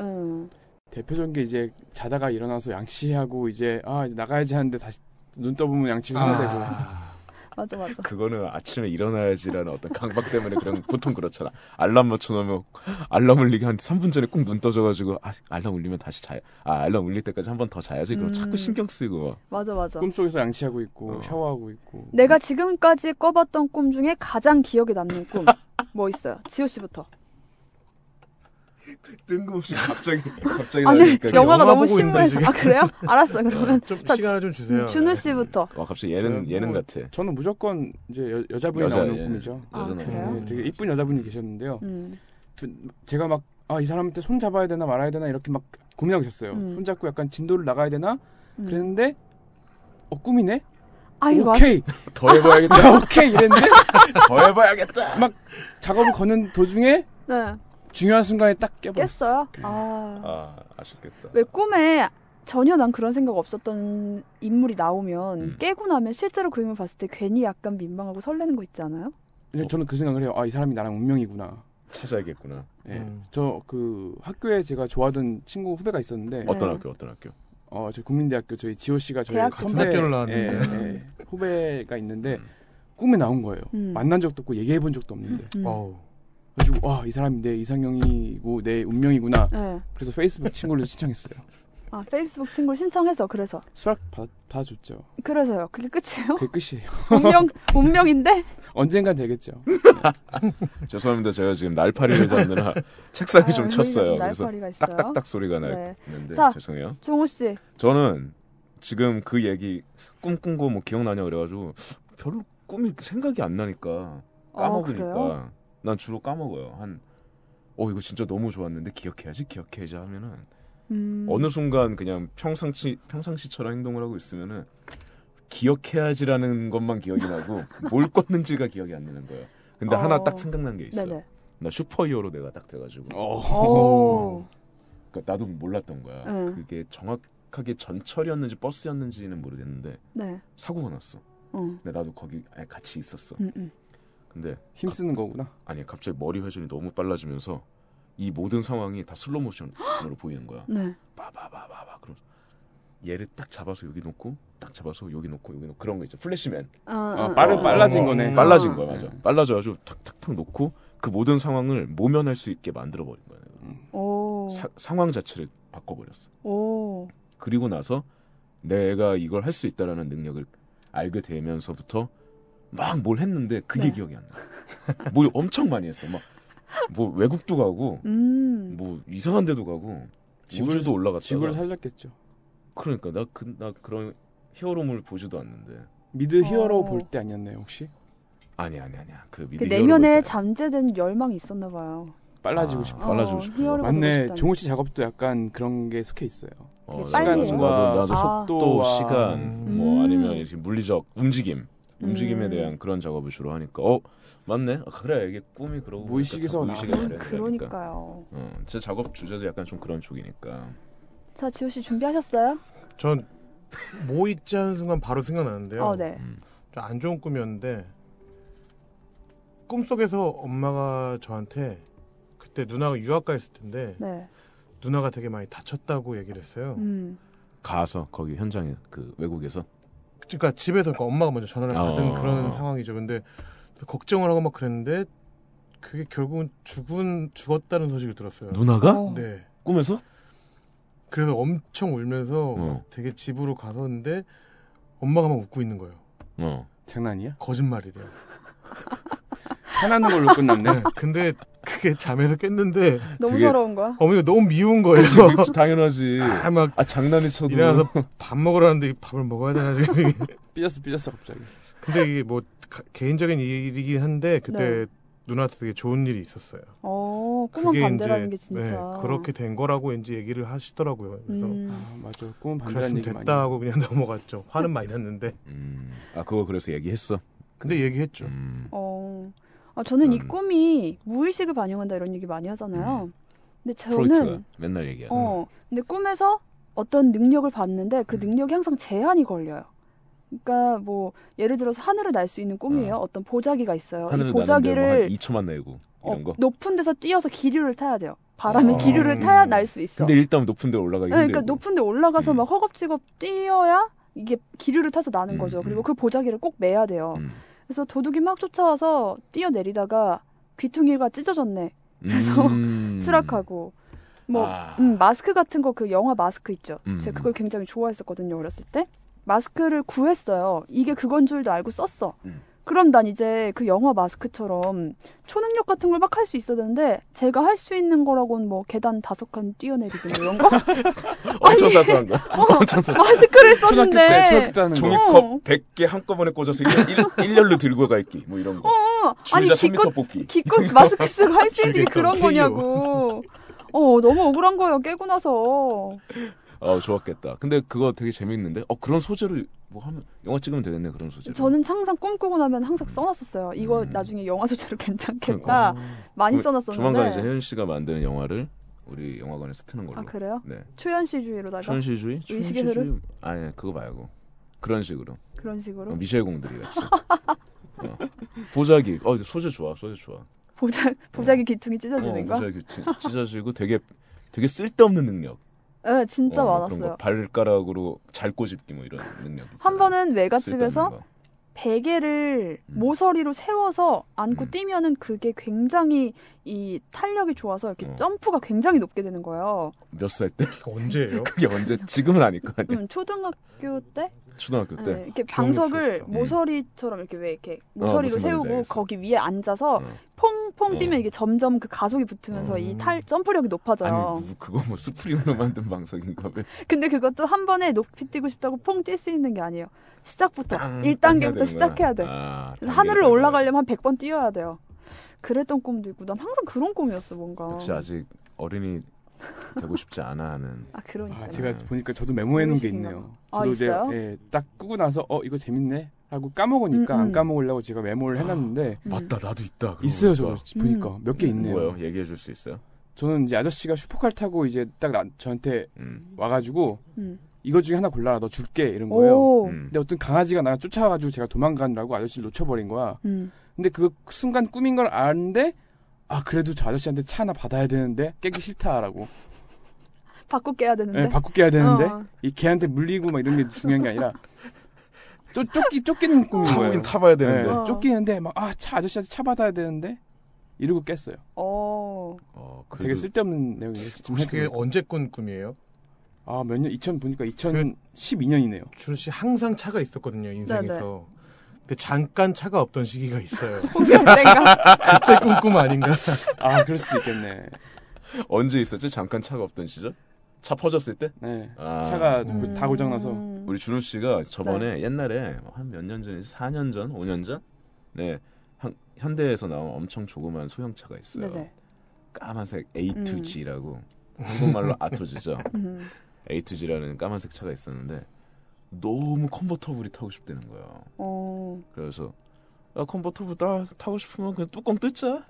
S1: 응.
S2: 음.
S3: 대표적인 게 이제 자다가 일어나서 양치하고 이제 아 이제 나가야지 하는데 다시 눈 떠보면 양치를 해야 되고
S4: 아,
S1: 맞아 맞아.
S2: 그거는 아침에 일어나야지라는 어떤 강박 때문에 그런 보통 그렇잖아. 알람 맞춰놓으면 알람 울리기 한 3분 전에 꾹 눈 떠져가지고 아, 알람 울리면 다시 자요. 아 알람 울릴 때까지 한 번 더 자야지. 그럼
S1: 음.
S2: 자꾸 신경 쓰이고 막.
S1: 맞아 맞아.
S3: 꿈속에서 양치하고 있고
S2: 어.
S3: 샤워하고 있고
S1: 내가 지금까지 꿔봤던 꿈 중에 가장 기억에 남는 꿈 뭐 있어요? 지호 씨부터.
S2: 뜬금없이 갑자기 갑자기
S1: 아니
S2: 나니까
S1: 영화가
S4: 영화
S1: 너무
S4: 보고 있는데,
S1: 심오해서. 아 그래요? 알았어 그러면
S4: 좀
S1: 자,
S4: 시간을 좀 주세요.
S1: 음, 준우 씨부터.
S2: 와 갑자기 예능
S3: 저는
S2: 예능
S3: 뭐
S1: 네.
S2: 같아.
S3: 저는 무조건 이제 여, 여자분이
S2: 여자,
S3: 나오는
S2: 예.
S3: 꿈이죠.
S1: 아,
S2: 여자는
S1: 그래요?
S2: 없는데.
S3: 예, 되게 이쁜 여자분이 계셨는데요.
S1: 음.
S3: 두- 제가 막 아, 이 사람한테 손 잡아야 되나 말아야 되나 이렇게 막 고민하고 있었어요.
S1: 음.
S3: 손 잡고 약간 진도를 나가야 되나
S1: 음.
S3: 그랬는데 어 꿈이네.
S1: 아이고 아쉽다.
S3: 오케이
S2: 더 해봐야겠다.
S3: 야, 오케이 이랬는데
S2: 더 해봐야겠다.
S3: 작업을 거는 도중에
S1: 네.
S3: 중요한 순간에 딱
S1: 깼어요?
S3: 깨버렸어.
S1: 아.
S2: 아 아쉽겠다.
S1: 왜 꿈에 전혀 난 그런 생각 없었던 인물이 나오면
S2: 음.
S1: 깨고 나면 실제로 그 인물 봤을 때 괜히 약간 민망하고 설레는 거 있잖아요?
S3: 근데 저는 그 생각을 해요. 아 이 사람이 나랑 운명이구나.
S2: 찾아야겠구나.
S3: 예.
S4: 음.
S3: 저 그 학교에 제가 좋아하던 친구 후배가 있었는데
S1: 네.
S2: 어떤 학교 어떤 학교?
S3: 어, 저 국민대학교 저희 지호 씨가 저희
S1: 대학
S3: 선배
S4: 같은 학교를 나왔는데.
S3: 예, 예, 후배가 있는데
S2: 음.
S3: 꿈에 나온 거예요.
S1: 음.
S3: 만난 적도 없고 얘기해 본 적도 없는데.
S1: 음.
S4: 네. 어우.
S3: 그래가지고 와, 이 사람이 내 이상형이고 내 운명이구나.
S1: 네.
S3: 그래서 페이스북 친구를 신청했어요.
S1: 아, 페이스북 친구를 신청해서 그래서
S3: 수락 받, 받아줬죠.
S1: 그래서요. 그게 끝이에요?
S3: 그게 끝이에요.
S1: 운명 운명인데?
S3: 언젠간 되겠죠.
S2: 죄송합니다. 제가 지금 날파리를 잡느라 책상에
S1: 아,
S2: 좀
S1: 은근히
S2: 쳤어요.
S1: 좀
S2: 그래서
S1: 날파리가 있어요.
S2: 딱딱딱 소리가
S1: 네.
S2: 나는데
S1: 자.
S2: 죄송해요.
S1: 종호 씨.
S2: 저는 지금 그 얘기 꿈꾼 거 뭐 기억나냐 그래가지고 별로 꿈이 생각이 안 나니까
S1: 아, 어, 그래요?
S2: 까먹으니까 난 주로 까먹어요. 한 어 이거 진짜 너무 좋았는데 기억해야지 기억해야지 하면은
S1: 음.
S2: 어느 순간 그냥 평상시 평상시처럼 행동을 하고 있으면은 기억해야지라는 것만 기억이 나고 뭘 껐는지가 기억이 안 나는 거예요. 근데
S1: 어.
S2: 하나 딱 생각난 게 있어.
S1: 네네.
S2: 나 슈퍼히어로 내가 딱 돼가지고
S1: 오.
S2: 그러니까 나도 몰랐던 거야.
S1: 응.
S2: 그게 정확하게 전철이었는지 버스였는지는 모르겠는데
S1: 네.
S2: 사고가 났어.
S1: 응.
S2: 근데 나도 거기 아예 같이 있었어.
S1: 음, 음.
S2: 근데
S3: 힘쓰는 거구나.
S2: 아니 갑자기 머리 회전이 너무 빨라지면서 이 모든 상황이 다 슬로우 모션으로 보이는 거야.
S1: 네.
S2: 빠바바바바 그럼 얘를 딱 잡아서 여기 놓고 딱 잡아서 여기 놓고 여기 놓고 그런 거 있죠. 플래시맨
S1: 아, 아,
S3: 아, 빠르,
S2: 어,
S3: 빨라진
S4: 어,
S3: 거네.
S4: 음.
S2: 빨라진
S1: 아.
S2: 거야 맞아. 빨라져가지고 탁탁탁 놓고 그 모든 상황을 모면할 수 있게 만들어 버린 거야. 내가.
S1: 오.
S2: 사- 상황 자체를 바꿔버렸어.
S1: 오.
S2: 그리고 나서 내가 이걸 할 수 있다라는 능력을 알게 되면서부터 막 뭘 했는데 그게
S1: 네.
S2: 기억이 안 나. 뭘 엄청 많이 했어. 막 뭐 외국도 가고
S1: 음.
S2: 뭐 이상한 데도 가고
S3: 지구를-
S2: 우주도 올라갔다가
S3: 지구를 살렸겠죠.
S2: 그러니까 나 그 나 그, 런 히어로물 보지도 않는데
S3: 미드 히어로
S1: 어.
S3: 볼 때 아니었나요, 혹시?
S2: 아니 아니 아니야 그 미드
S1: 그
S2: 히어로
S1: 내면에
S2: 볼 때.
S1: 잠재된 열망이 있었나 봐요.
S3: 빨라지고
S2: 아,
S3: 싶어.
S2: 빨라지고
S1: 어,
S2: 싶어서.
S1: 히어로가 되고
S3: 맞네.
S1: 싶다는.
S3: 종호 씨 작업도 약간 그런 게 속해 있어요.
S2: 어,
S1: 되게
S2: 나도-
S1: 빨리 해요?
S2: 나도, 나도
S1: 아.
S2: 속도 시간 뭐
S1: 음.
S2: 아니면 이렇게 물리적 움직임 움직임에
S1: 음.
S2: 대한 그런 작업을 주로 하니까 어 맞네 아, 그래 이게 꿈이 그러고
S3: 무의식에서
S2: 보니까 다
S3: 나오는
S2: 무의식에 그러니까
S1: 그러니까요.
S2: 어, 제 작업 주제도 약간 좀 그런 쪽이니까
S1: 자, 지호 씨 준비하셨어요?
S4: 전 뭐 있지 하는 순간 바로 생각나는데요.
S1: 어, 네.
S2: 음.
S4: 좀안 좋은 꿈이었는데 꿈속에서 엄마가 저한테 그때 누나가 유학 가 있을 텐데
S1: 네.
S4: 누나가 되게 많이 다쳤다고 얘기를 했어요.
S1: 음.
S2: 가서 거기 현장에 그 외국에서
S4: 그러니까 집에서 그러니까 엄마가 먼저 전화를 받은
S2: 어.
S4: 그런 상황이죠. 근데 걱정을 하고 막 그랬는데 그게 결국은 죽은 죽었다는 소식을 들었어요.
S2: 누나가
S1: 어.
S4: 네.
S2: 꿈에서
S4: 그래서 엄청 울면서
S2: 어.
S4: 막 되게 집으로 가서는데 엄마가 막 웃고 있는 거예요.
S2: 어
S3: 장난이야?
S4: 거짓말이래요.
S3: 화나는 걸로 끝났네.
S4: 네. 근데 그게 잠에서 깼는데
S1: 너무
S2: 되게-
S1: 서러운 거야?
S4: 어머니가 너무 미운 거예요.
S2: 당연하지
S4: 아, 막
S2: 아 장난이 쳐도
S4: 일어나서 밥 먹으라는데 밥을 먹어야 되나 지금. 이게.
S3: 삐졌어, 삐졌어 갑자기.
S4: 근데 이게 뭐 가- 개인적인 일이긴 한데 그때
S1: 네.
S4: 누나한테 되게 좋은 일이 있었어요.
S1: 어, 꿈은 반대라는 게 진짜.
S4: 네, 그렇게 된 거라고 이제 얘기를 하시더라고요. 그래서
S1: 음.
S3: 아, 맞아. 꿈은 반대라는
S4: 그랬으면
S3: 얘기 많이.
S4: 됐다 하고 그냥 넘어갔죠. 화는 많이 났는데.
S2: 음, 아 그거 그래서 얘기했어
S4: 근데 얘기했죠.
S2: 음.
S1: 어. 아, 저는 이
S2: 음.
S1: 꿈이 무의식을 반영한다 이런 얘기 많이 하잖아요. 근데
S2: 프로이트가 네.
S1: 저는
S2: 맨날 얘기하는
S1: 어, 근데 꿈에서 어떤 능력을 봤는데 그
S2: 음.
S1: 능력이 항상 제한이 걸려요. 그러니까 뭐 예를 들어서 하늘을 날 수 있는 꿈이에요.
S2: 어.
S1: 어떤 보자기가 있어요. 이
S2: 하늘을 나는데 뭐한
S1: 보자기를
S2: 2초만 내고
S1: 어,
S2: 이런 거.
S1: 높은 데서 뛰어서 기류를 타야 돼요. 바람에
S2: 어.
S1: 기류를 타야 날 수 있어.
S2: 근데 일단 높은 데 올라가기
S1: 네,
S2: 힘들고.
S1: 그러니까 높은 데 올라가서
S2: 음.
S1: 막 허겁지겁 뛰어야 이게 기류를 타서 나는
S2: 음,
S1: 거죠. 그리고
S2: 음.
S1: 그 보자기를 꼭 매야 돼요.
S2: 음.
S1: 그래서 도둑이 막 쫓아와서 뛰어내리다가 귀퉁이가 찢어졌네. 그래서
S2: 음.
S1: 추락하고 뭐
S2: 아.
S1: 음, 마스크 같은 거 그 영화 마스크 있죠.
S2: 음.
S1: 제가 그걸 굉장히 좋아했었거든요 어렸을 때. 마스크를 구했어요. 이게 그건 줄도 알고 썼어.
S2: 음.
S1: 그럼 난 이제 그 영화 마스크처럼 초능력 같은 걸 막 할 수 있어야 되는데 제가 할 수 있는 거라고는 뭐 계단 다섯 칸 뛰어내리기 뭐 이런 거
S2: 엄청 사소한 거.
S1: 어, 마스크를
S3: 초등학교
S1: 썼는데
S3: 때 초등학교 때 하는 거.
S1: 어.
S2: 종이컵 100개 한꺼번에 꽂아서 일, 일렬로 들고 갈기 뭐 이런 거.
S1: 어, 아니
S2: 줄자 3m
S1: 기껏
S2: 뽑기.
S1: 기껏 마스크 쓰고 할 수 있는 게
S4: 줄기권
S1: 그런
S4: KO.
S1: 거냐고. 어 너무 억울한 거예요 깨고 나서.
S2: 어 좋았겠다. 근데 그거 되게 재밌는데. 어 그런 소재를 뭐 하면 영화 찍으면 되겠네 그런 소재.
S1: 저는 항상 꿈꾸고 나면 항상 써놨었어요. 이거
S2: 음.
S1: 나중에 영화 소재로 괜찮겠다.
S2: 그러니까.
S1: 많이
S2: 그럼
S1: 써놨었는데.
S2: 조만간 이제 혜윤 씨가 만드는 영화를 우리 영화관에서 트는 걸로.
S1: 아 그래요?
S2: 네.
S1: 초연 씨주의로다가
S2: 초현실주의?
S1: 의식의 흐름?
S2: 아니 그거 말고 그런 식으로 어,
S1: 그런 식으로
S2: 미셸 공들이 같이. 어. 보자기. 어 소재 좋아 소재 좋아.
S1: 보자 보자기 귀퉁이 찢어지는
S2: 어,
S1: 거.
S2: 모자이크 찢- 찢어지고 되게 되게 쓸데없는 능력.
S1: 네, 진짜
S2: 어, 뭐 그런 거
S1: 많았어요.
S2: 발가락으로 잘 꼬집기 뭐 이런 능력.
S1: 한 번은
S2: 쓸데없는 뭐
S1: 외갓집에서
S2: 거.
S1: 베개를
S2: 음.
S1: 모서리로 세워서 안고
S2: 음.
S1: 뛰면은 그게 굉장히 이 탄력이 좋아서 이렇게
S2: 어.
S1: 점프가 굉장히 높게 되는 거예요.
S2: 몇 살 때?
S4: 그게
S3: 음.
S4: 언제예요?
S2: 그게 언제? 지금은 아닐 거 아니야.
S1: 음, 초등학교 때
S2: 초등학교 때.
S1: 네, 이렇게 방석을
S4: 좋으시다.
S2: 음.
S1: 모서리처럼 이렇게 왜 이렇게
S2: 아,
S1: 모서리로
S2: 무슨 말인지
S1: 세우고
S2: 알겠어.
S1: 거기 위에 앉아서
S2: 어.
S1: 퐁퐁 뛰면
S2: 어. 음.
S1: 이게 점점 그 가속이 붙으면서
S4: 어.
S1: 이 탈 점프력이 높아져요.
S2: 아니 뭐 그거 뭐 스프링으로 만든 방석인가 왜?
S1: 근데 그것도 한 번에 높이 뛰고 싶다고 퐁 뛸 수 있는 게 아니에요. 시작부터
S2: 땅, 땅 해야
S1: 1단계부터
S2: 되는구나.
S1: 시작해야 돼.
S2: 아,
S1: 그래서 하늘을
S2: 단계를
S1: 올라가려면 한 100번 뛰어야 돼요. 그랬던 꿈도 있고 난 항상 그런 꿈이었어 뭔가.
S2: 역시 아직 어른이 되고 싶지 않아 하는.
S1: 아 그러니까.
S3: 아, 제가
S2: 네.
S3: 보니까 저도 메모해 놓은 게 있네요.
S1: 아,
S3: 저도 이제
S1: 있어요?
S3: 예, 딱 꾸고 나서 어 이거 재밌네 하고 까먹으니까
S1: 음, 음.
S3: 안 까먹으려고 제가 메모를 해놨는데
S1: 음.
S2: 맞다 나도 있다. 아, 그러고
S3: 있어요 저도
S2: 보니까. 음.
S3: 보니까 몇 개 있네요.
S2: 뭐예요? 얘기해 줄 수 있어요?
S3: 저는 이제 아저씨가 슈퍼카 타고 이제 딱 나- 저한테
S2: 음.
S3: 와가지고
S1: 음.
S3: 이거 중에 하나 골라라 너 줄게 이런 거예요.
S1: 오. 음.
S2: 음.
S3: 근데 어떤 강아지가 나 쫓아와가지고 제가 도망가느라고 아저씨를 놓쳐버린 거야.
S1: 음.
S3: 근데 그 순간 꿈인 걸 아는데 아 그래도 저 아저씨한테 차 하나 받아야 되는데 깨기 싫다라고
S1: 바꿔 깨야 되는데.
S3: 예, 바꾸 깨야 되는데
S1: 어.
S3: 이 걔한테 물리고 막 이런 게 중요한 게 아니라 쫓, 쫓기, 쫓기는 꿈인 거예요.
S2: 타보긴 타봐야
S3: 예,
S2: 되는데.
S1: 어.
S3: 쫓기는데 막 아 차 아저씨한테 차 받아야 되는데 이러고 깼어요.
S1: 어.
S2: 어,
S3: 되게
S2: 그래도
S3: 쓸데없는 내용이에요. 지금
S4: 혹시 그게
S3: 생각해보니까.
S4: 언제 꾼 꿈이에요?
S3: 아, 몇 년, 2000
S2: 그
S3: 보니까 2012년이네요.
S4: 준호 씨 항상 차가 있었거든요 인생에서.
S1: 네,
S4: 근데 잠깐 차가 없던 시기가 있어요.
S1: 혹시 그때인가?
S4: 그때 꿈꿈 아닌가?
S3: 아, 그럴 수도 있겠네.
S2: 언제 있었지? 잠깐 차가 없던 시절? 차 퍼졌을 때?
S3: 네.
S2: 아,
S3: 차가
S4: 음.
S3: 다 고장나서.
S1: 음.
S2: 우리 준호 씨가
S1: 네.
S2: 저번에 옛날에 뭐 한 몇 년 전이지 4년 전, 5년 전, 네 한- 현대에서 나온 엄청 조그만 소형차가 있어요.
S1: 네네.
S2: 까만색 A2G라고 한국말로 아토지죠.
S1: 음.
S2: A2G라는 까만색 차가 있었는데 너무 컨버터블이 타고 싶다는 거예요.
S1: 어.
S2: 그래서 야 컨버터블 따, 타고 싶으면 그냥 뚜껑 뜯자.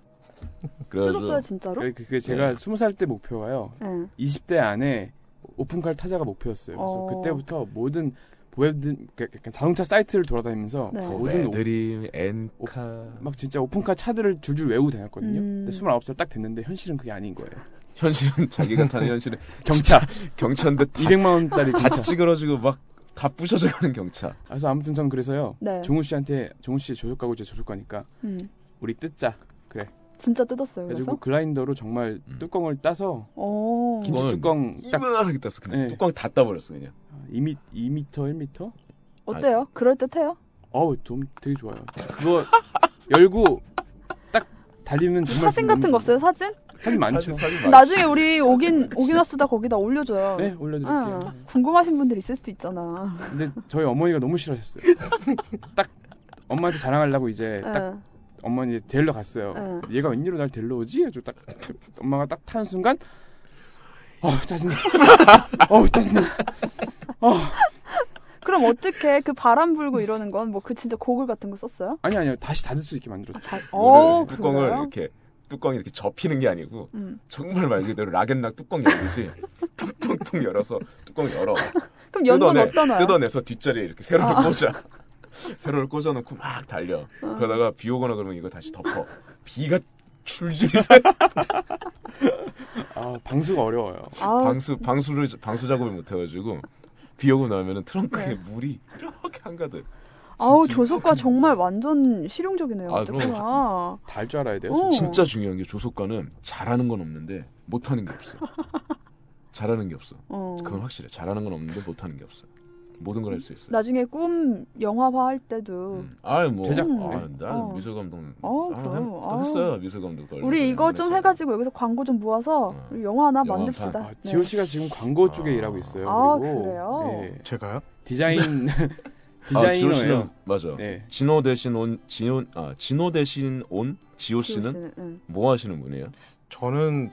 S1: 뜯었어요
S2: 그래서
S1: 진짜로?
S3: 그게 그게 제가
S2: 네.
S3: 스무 살 때 목표가요.
S1: 예.
S3: 20대 안에 오픈카를 타자가 목표였어요. 그래서
S1: 어.
S3: 그때부터 모든 보헤든 약간 자동차 사이트를 돌아다니면서
S2: 어,
S1: 네.
S3: 모든 오-
S2: 드림 엔카
S3: 막 진짜 오픈카 차들을 줄줄 외우고 다녔거든요.
S1: 음.
S3: 근데 29살 딱 됐는데 현실은 그게 아닌 거예요.
S2: 현실은 자기가 타는 현실은
S3: 경차
S2: 경차인데 다
S3: 200만 원짜리
S2: 다
S3: 경차.
S2: 찌그러지고 막 다 부셔져 가는 경차.
S3: 그래서 아무튼 저는 그래서요.
S1: 네.
S3: 종우 씨한테 종우 씨 조속가고 제 조속가니까
S1: 음.
S3: 우리 뜯자.
S1: 진짜 뜯었어요.
S3: 그래가지고
S1: 그래서.
S3: 그라인더로 정말
S2: 음.
S3: 뚜껑을 따서
S1: 어.
S3: 김치
S2: 이거는
S3: 뚜껑 딱
S2: 이만하게 땄어. 근데
S3: 네.
S2: 뚜껑 다 따버렸어 그냥.
S3: 2미 2미터 1미터
S1: 어때요? 그럴 듯해요?
S3: 어우 좀 되게 좋아요. 그거 열고 딱 달리는 정말
S1: 사진 같은 거 없어요? 사진?
S3: 사진 많죠.
S2: 아, 사진 네,
S1: 나중에 우리 오긴 오기나스다 거기다 올려줘요.
S3: 네 올려드릴게요.
S1: 아, 궁금하신 분들 있을 수도 있잖아.
S3: 근데 저희 어머니가 너무 싫어하셨어요. 딱 엄마한테 자랑하려고 이제 네, 딱
S1: 예.
S3: 엄마 이제 데리러 갔어요.
S1: 응.
S3: 얘가 웬일로 날 데리러 오지? 해서 딱 엄마가 딱 타는 순간 어우 짜증나. 어우 짜증나.
S1: 그럼 어떻게 그 바람 불고 이러는 건 뭐 그 진짜 고글 같은 거 썼어요?
S3: 아니 아니요 다시 닫을 수 있게 만들었죠.
S1: 다-
S2: 어,
S1: 어,
S2: 뚜껑을
S1: 그래요?
S2: 이렇게 뚜껑이 이렇게 접히는 게 아니고
S1: 음.
S2: 정말 말 그대로 락앤락 뚜껑 열듯이 퉁퉁퉁 열어서 뚜껑 열어
S1: 그럼 연건 어디다 놔요?
S2: 뜯어내서 뒷자리에 이렇게 세로를 꽂아 세로를 꽂아놓고 막 달려
S1: 어.
S2: 그러다가 비 오거나 그러면 이거 다시 덮어 비가 줄줄이 새
S3: 아 방수가 어려워요.
S1: 아,
S2: 방수 방수를 방수 작업을 못 해가지고 비 오고 나면은 트렁크에
S1: 네.
S2: 물이 이렇게 한가득.
S1: 아우
S2: 진짜
S1: 조속과
S2: 이렇게
S1: 정말 완전 실용적이네요.
S2: 아,
S1: 어떡하나.
S3: 다 할 줄 알아야 돼요.
S1: 오.
S3: 진짜.
S2: 진짜 중요한 게 조속가는 잘하는 건 없는데 못하는 게 없어. 잘하는 게 없어.
S1: 어.
S2: 그건 확실해. 잘하는 건 없는데 못하는 게 없어. 모든 걸 할 수 있어.
S1: 나중에 꿈 영화화 할 때도
S2: 음. 아유 뭐
S3: 제작.
S2: 아,
S3: 음.
S2: 나는
S1: 어.
S2: 미술 감독.
S1: 어,
S2: 아,
S1: 그럼.
S2: 또
S1: 아우.
S2: 했어요 네, 미술 감독.
S1: 우리 이거 좀 해가지고 여기서 광고 좀 모아서
S2: 어.
S1: 우리 영화 하나
S2: 영화
S1: 만듭시다.
S3: 아,
S1: 네.
S3: 지호 씨가 지금 광고 쪽에
S2: 아.
S3: 일하고 있어요.
S1: 아,
S3: 그리고
S1: 그래요?
S3: 네.
S4: 제가요?
S3: 디자인
S2: 네. 아, 지호 씨는
S3: 디자이너예요.
S2: 맞아.
S3: 네.
S2: 진호 대신 온 진호 아 진호 대신 온 지호 씨는
S1: 응.
S2: 뭐 하시는 분이에요?
S4: 저는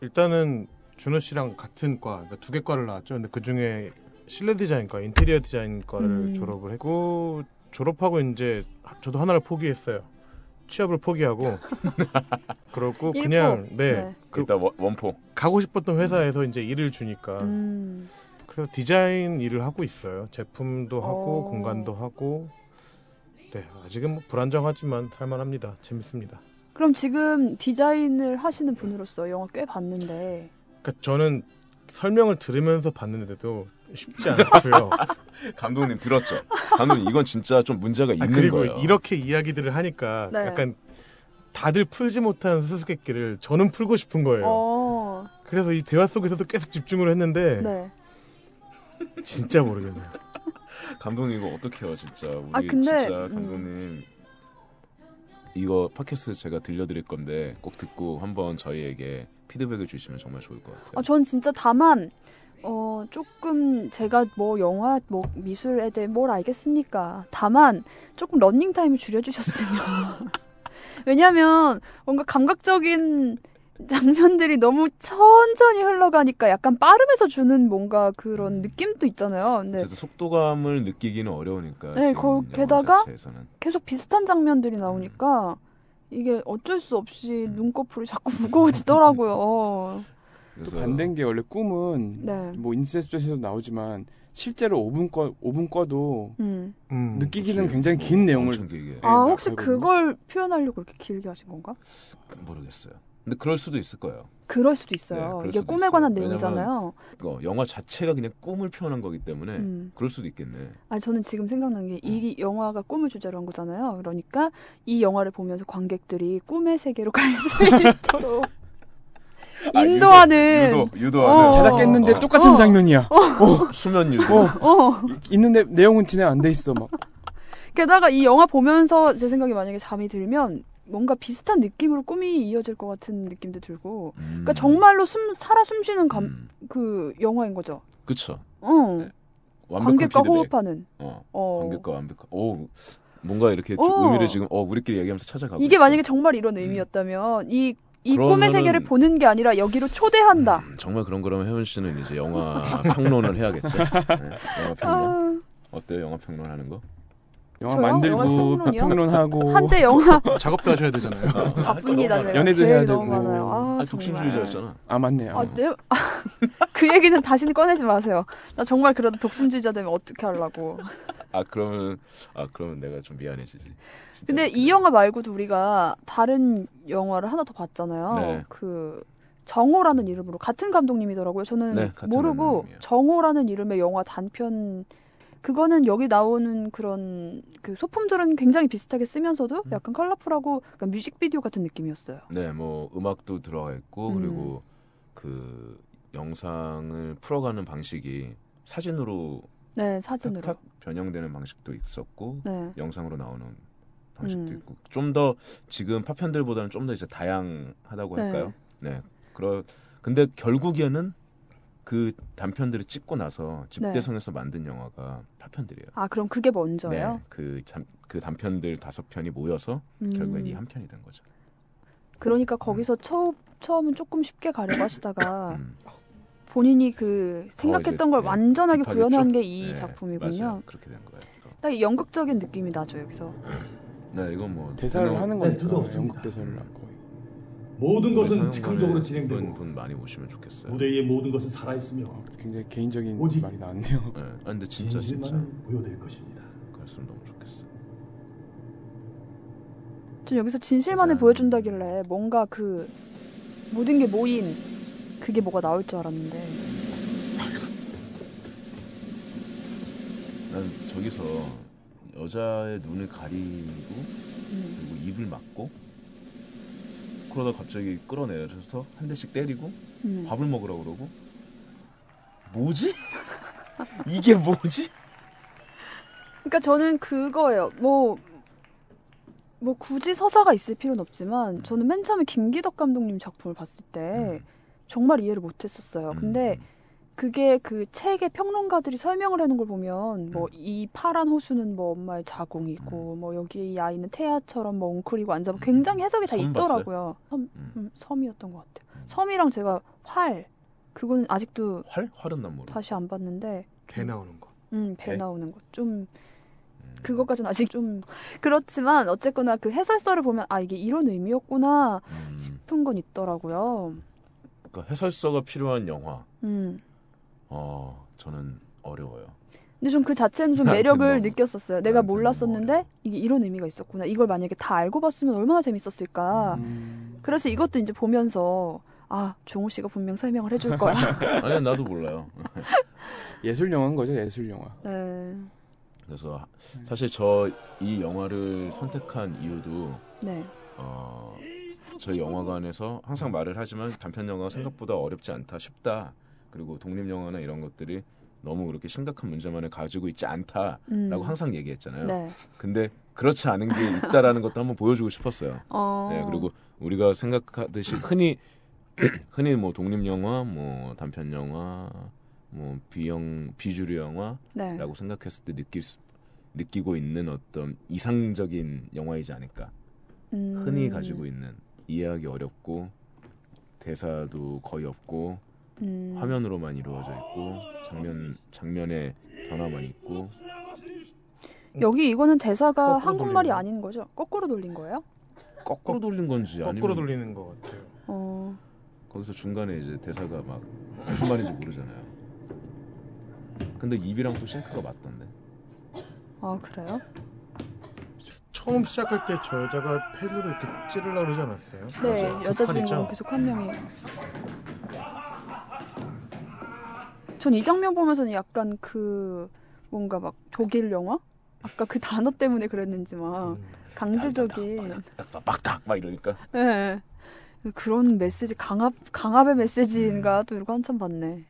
S4: 일단은 준호 씨랑 같은 과, 그러니까 두 개 과를 나왔죠. 근데 그 중에 실내 디자인과, 인테리어 디자인과를
S1: 음.
S4: 졸업을 했고 졸업하고 이제 하- 저도 하나를 포기했어요. 취업을 포기하고 그러고
S1: 일포.
S4: 그냥 네,
S1: 네.
S4: 그-
S2: 일단 원- 원포.
S4: 가고 싶었던 회사에서 이제 일을 주니까
S1: 음.
S4: 그래서 디자인 일을 하고 있어요. 제품도 하고
S1: 오.
S4: 공간도 하고 네 아직은 뭐 불안정하지만 살만합니다. 재밌습니다.
S1: 그럼 지금 디자인을 하시는 분으로서 영화 꽤 봤는데
S4: 그러니까 저는 설명을 들으면서 봤는데도 쉽지 않고요.
S2: 감독님 들었죠? 감독님 이건 진짜 좀 문제가
S4: 아,
S2: 있는
S4: 그리고
S2: 거예요.
S4: 이렇게 이야기들을 하니까
S1: 네.
S4: 약간 다들 풀지 못한 수수께끼를 저는 풀고 싶은 거예요.
S1: 어,
S4: 그래서 이 대화 속에서도 계속 집중을 했는데
S1: 네.
S4: 진짜 모르겠네요.
S2: 감독님 이거 어떡해요 진짜. 우리
S1: 아, 근데,
S2: 진짜
S1: 음.
S2: 감독님 이거 팟캐스트 제가 들려드릴 건데 꼭 듣고 한번 저희에게 피드백을 주시면 정말 좋을 것 같아요.
S1: 아, 전 진짜 다만 어, 조금 제가 뭐 영화 뭐 미술에 대해 뭘 알겠습니까? 다만 조금 러닝 타임을 줄여주셨으면 왜냐하면 뭔가 감각적인 장면들이 너무 천천히 흘러가니까 약간 빠르면서 주는 뭔가 그런
S2: 음.
S1: 느낌도 있잖아요. 근데
S2: 어쨌든 속도감을 느끼기는 어려우니까.
S1: 네,
S2: 지금
S1: 거-
S2: 영화
S1: 게다가
S2: 자체에서는.
S1: 계속 비슷한 장면들이 나오니까 이게 어쩔 수 없이 눈꺼풀이 자꾸 무거워지더라고요.
S2: 그래서
S3: 또 반대인 게 원래 꿈은
S1: 네.
S3: 뭐 인셉션에서도 나오지만 실제로 5분 거 5분 거도
S1: 음.
S4: 음.
S3: 느끼기는
S2: 그치,
S3: 굉장히
S2: 뭐
S3: 긴 내용을
S2: 엄청 길게.
S1: 아,
S3: 네,
S1: 혹시
S3: 그거거든요.
S1: 그걸 표현하려고 그렇게 길게 하신 건가?
S2: 모르겠어요. 근데 그럴 수도 있을 거예요.
S1: 그럴 수도
S2: 네,
S1: 있어요.
S2: 그럴
S1: 이게
S2: 수도
S1: 꿈에
S2: 있어요.
S1: 관한
S2: 왜냐면-
S1: 내용이잖아요.
S2: 어, 영화 자체가 그냥 꿈을 표현한 거기 때문에
S1: 음.
S2: 그럴 수도 있겠네.
S1: 아니, 저는 지금 생각난 게
S2: 네.
S1: 이 영화가 꿈을 주제로 한 거잖아요. 그러니까 이 영화를 보면서 관객들이 꿈의 세계로 갈 수 있도록
S2: 아, 유도,
S1: 인도하는
S2: 유도, 유도하는
S1: 어.
S3: 자다 깼는데
S2: 어,
S3: 똑같은
S1: 어.
S3: 장면이야.
S2: 수면 유도.
S1: 어.
S3: 이- 있는데 내용은 진행 안 돼 있어 막.
S1: 게다가 이 영화 보면서 제 생각에 만약에 잠이 들면 뭔가 비슷한 느낌으로 꿈이 이어질 것 같은 느낌도 들고
S2: 음.
S1: 그러니까 정말로 숨 살아 숨쉬는 감,
S2: 음.
S1: 그 영화인 거죠.
S2: 그쵸.
S1: 어.
S2: 완벽한
S1: 관객과
S2: 피드백.
S1: 호흡하는.
S2: 어,
S1: 어.
S2: 관객과 완벽한. 오, 뭔가 이렇게 좀
S1: 어.
S2: 의미를 지금 어 우리끼리 얘기하면서 찾아가고.
S1: 이게
S2: 있어.
S1: 만약에 정말 이런 의미였다면 이, 이 꿈의
S2: 그러면은-
S1: 세계를 보는 게 아니라 여기로 초대한다.
S2: 음, 정말 그런 거라면 혜원 씨는 이제 영화 평론을 해야겠죠. 네, 영화 평론.
S1: 아,
S2: 어때요? 영화 평론 하는 거?
S3: 영화
S1: 저요?
S3: 만들고
S1: 영화 평론이요?
S3: 평론하고
S1: 한때 영화
S4: 작업도 하셔야 되잖아요.
S1: 바쁩니다. 제가.
S3: 연애도
S1: 계획이
S3: 해야
S1: 너무
S3: 되고.
S1: 많아요. 아,
S2: 아,
S1: 정말.
S2: 독신주의자였잖아.
S3: 아 맞네. 요
S1: 아, 네? 아, 그 얘기는 다시는 꺼내지 마세요. 나 정말 그런 독신주의자 되면 어떻게 하려고.
S2: 아 그러면 아 그러면 내가 좀 미안해지지. 진짜.
S1: 근데 이 영화 말고도 우리가 다른 영화를 하나 더 봤잖아요.
S2: 네.
S1: 그 정호라는 이름으로 같은 감독님이더라고요. 저는
S2: 네, 같은
S1: 모르고
S2: 감독님이에요.
S1: 정호라는 이름의 영화 단편 그거는 여기 나오는 그런 그 소품들은 굉장히 비슷하게 쓰면서도
S2: 음.
S1: 약간 컬러풀하고 약간 뮤직비디오 같은 느낌이었어요.
S2: 네, 뭐 음악도 들어가 있고
S1: 음.
S2: 그리고 그 영상을 풀어가는 방식이 사진으로
S1: 네, 사진으로.
S2: 탁탁 변형되는 방식도 있었고
S1: 네.
S2: 영상으로 나오는 방식도
S1: 음.
S2: 있고 좀 더 지금 파편들보다는 좀 더 이제 다양하다고
S1: 네.
S2: 할까요? 네. 그러 근데 결국에는 그 단편들을 찍고
S1: 네.
S2: 나서 집대성에서 만든 영화가 파편들이에요.
S1: 아, 그럼 그게 먼저예요?
S2: 네. 그, 잠- 그 단편들 다섯 편이 모여서 네, 결국엔
S1: 음.
S2: 이 한 편이 된 거죠.
S1: 그러니까 거기서 처음 처음은 조금 쉽게 가려고 하시다가
S2: 음.
S1: 본인이 그 생각했던 걸
S2: 네,
S1: 완전하게
S2: 딥하게
S1: 구현한
S2: 쭉.
S1: 게 이
S2: 네,
S1: 작품이군요.
S2: 맞아요. 그렇게 된 거예요.
S1: 딱 이 연극적인 느낌이 나죠 여기서.
S2: 네, 이건 뭐
S3: 대사를
S2: 분홍-
S3: 하는
S5: 센터도
S3: 거니까
S5: 없습니다.
S3: 연극
S2: 음.
S3: 대사를 거의.
S5: 모든 것은
S2: 사용하는
S5: 즉흥적으로
S2: 분,
S5: 진행되고
S2: 분 많이 오시면 좋겠어요. 네.
S5: 무대의 모든 것은 살아있으며
S3: 아, 굉장히 개인적인
S5: 오직-
S3: 말이 나왔네요.
S2: 아, 근데 진짜 진짜
S5: 진실만 보여드릴 것입니다.
S2: 갔으면 너무 좋겠어.
S1: 전 여기서 진실만을
S2: 짠.
S1: 보여준다길래 뭔가 그 모든 게 모인 그게 뭐가 나올 줄 알았는데
S2: 난 저기서 여자의 눈을 가리고
S1: 음.
S2: 그리고 입을 막고 그러다 갑자기 끌어내려서 한 대씩 때리고
S1: 음.
S2: 밥을 먹으라고 그러고 뭐지? 이게 뭐지?
S1: 그러니까 저는 그거예요. 뭐, 뭐 굳이 서사가 있을 필요는 없지만 저는 맨 처음에 김기덕 감독님 작품을 봤을 때
S2: 음.
S1: 정말 이해를 못했었어요. 아, 근데 그게 그 책의 평론가들이 설명을 해놓은 걸 보면
S2: 음.
S1: 뭐 이 파란 호수는 뭐 엄마의 자궁이고 뭐 여기에 이 아이는 태아처럼 뭐 웅크리고
S2: 음.
S1: 앉아서 굉장히 해석이 다
S2: 섬
S1: 있더라고요. 섬,
S2: 음.
S1: 음, 섬이었던 것 같아요.
S2: 음.
S1: 섬이랑 제가 활 그거는 아직도
S2: 활? 활은 난 모르.
S1: 다시 안 봤는데
S4: 배 나오는 거.
S1: 음, 배
S2: 네.
S1: 나오는 것좀 그것까지는 아직 좀 그렇지만 어쨌거나 그 해설서를 보면 아 이게 이런 의미였구나
S2: 음.
S1: 싶은 건 있더라고요.
S2: 그러니까 해설서가 필요한 영화.
S1: 음.
S2: 어, 저는 어려워요.
S1: 근데 좀 그 자체는 좀
S2: 나한테는
S1: 매력을
S2: 너무-
S1: 느꼈었어요. 내가
S2: 나한테는 너무
S1: 몰랐었는데
S2: 어려워.
S1: 이게 이런 의미가 있었구나. 이걸 만약에 다 알고 봤으면 얼마나 재밌었을까.
S3: 음.
S1: 그래서 이것도 이제 보면서 아 종우 씨가 분명 설명을 해줄 거야.
S2: 아니 나도 몰라요.
S3: 예술 영화인 거죠 예술 영화.
S1: 네,
S2: 그래서
S1: 음.
S2: 사실 저 이 영화를 선택한 이유도
S1: 네,
S2: 어, 저희 영화관에서 항상 말을 하지만 단편 영화가 생각보다 어렵지 않다 쉽다 그리고 독립 영화나 이런 것들이 너무 그렇게 심각한 문제만을 가지고 있지 않다라고
S1: 음.
S2: 항상 얘기했잖아요.
S1: 네,
S2: 근데 그렇지 않은 게 있다라는 것도 한번 보여주고 싶었어요.
S1: 어,
S2: 네, 그리고 우리가 생각하듯이 흔히 흔히 뭐 독립 영화, 뭐 단편 영화, 뭐 비영 비주류 영화라고
S1: 네,
S2: 생각했을 때 느낄 수, 느끼고 있는 어떤 이상적인 영화이지 않을까.
S1: 음.
S2: 흔히 가지고 있는 이해하기 어렵고 대사도 거의 없고
S1: 음.
S2: 화면으로만 이루어져 있고 장면 장면의 변화만 있고
S1: 여기 이거는 대사가
S4: 거꾸로
S1: 한국말이
S4: 돌리는.
S1: 아닌 거죠? 거꾸로 돌린 거예요?
S2: 거꾸로 돌린 건지 아니면
S4: 거꾸로 돌리는 것 같아요.
S1: 어,
S2: 거기서 중간에 이제 대사가 막 무슨 말인지 모르잖아요. 근데 입이랑 또 싱크가 맞던데.
S1: 아 그래요?
S4: 처음 시작할 때 저 여자가 펜으로 이렇게 찌르려고 그러지 않았어요?
S1: 네,
S2: 맞아요.
S1: 여자
S4: 북한이죠?
S1: 주인공 계속 한 명이에요. 전 이 장면 보면서는 약간 그 뭔가 막 독일 영화? 아까 그 단어 때문에 그랬는지 막
S4: 음.
S1: 강제적인
S2: 딱딱딱딱 막 이러니까.
S1: 네. 그런 메시지 강압 강압의 메시지인가 또 이러고 한참 봤네.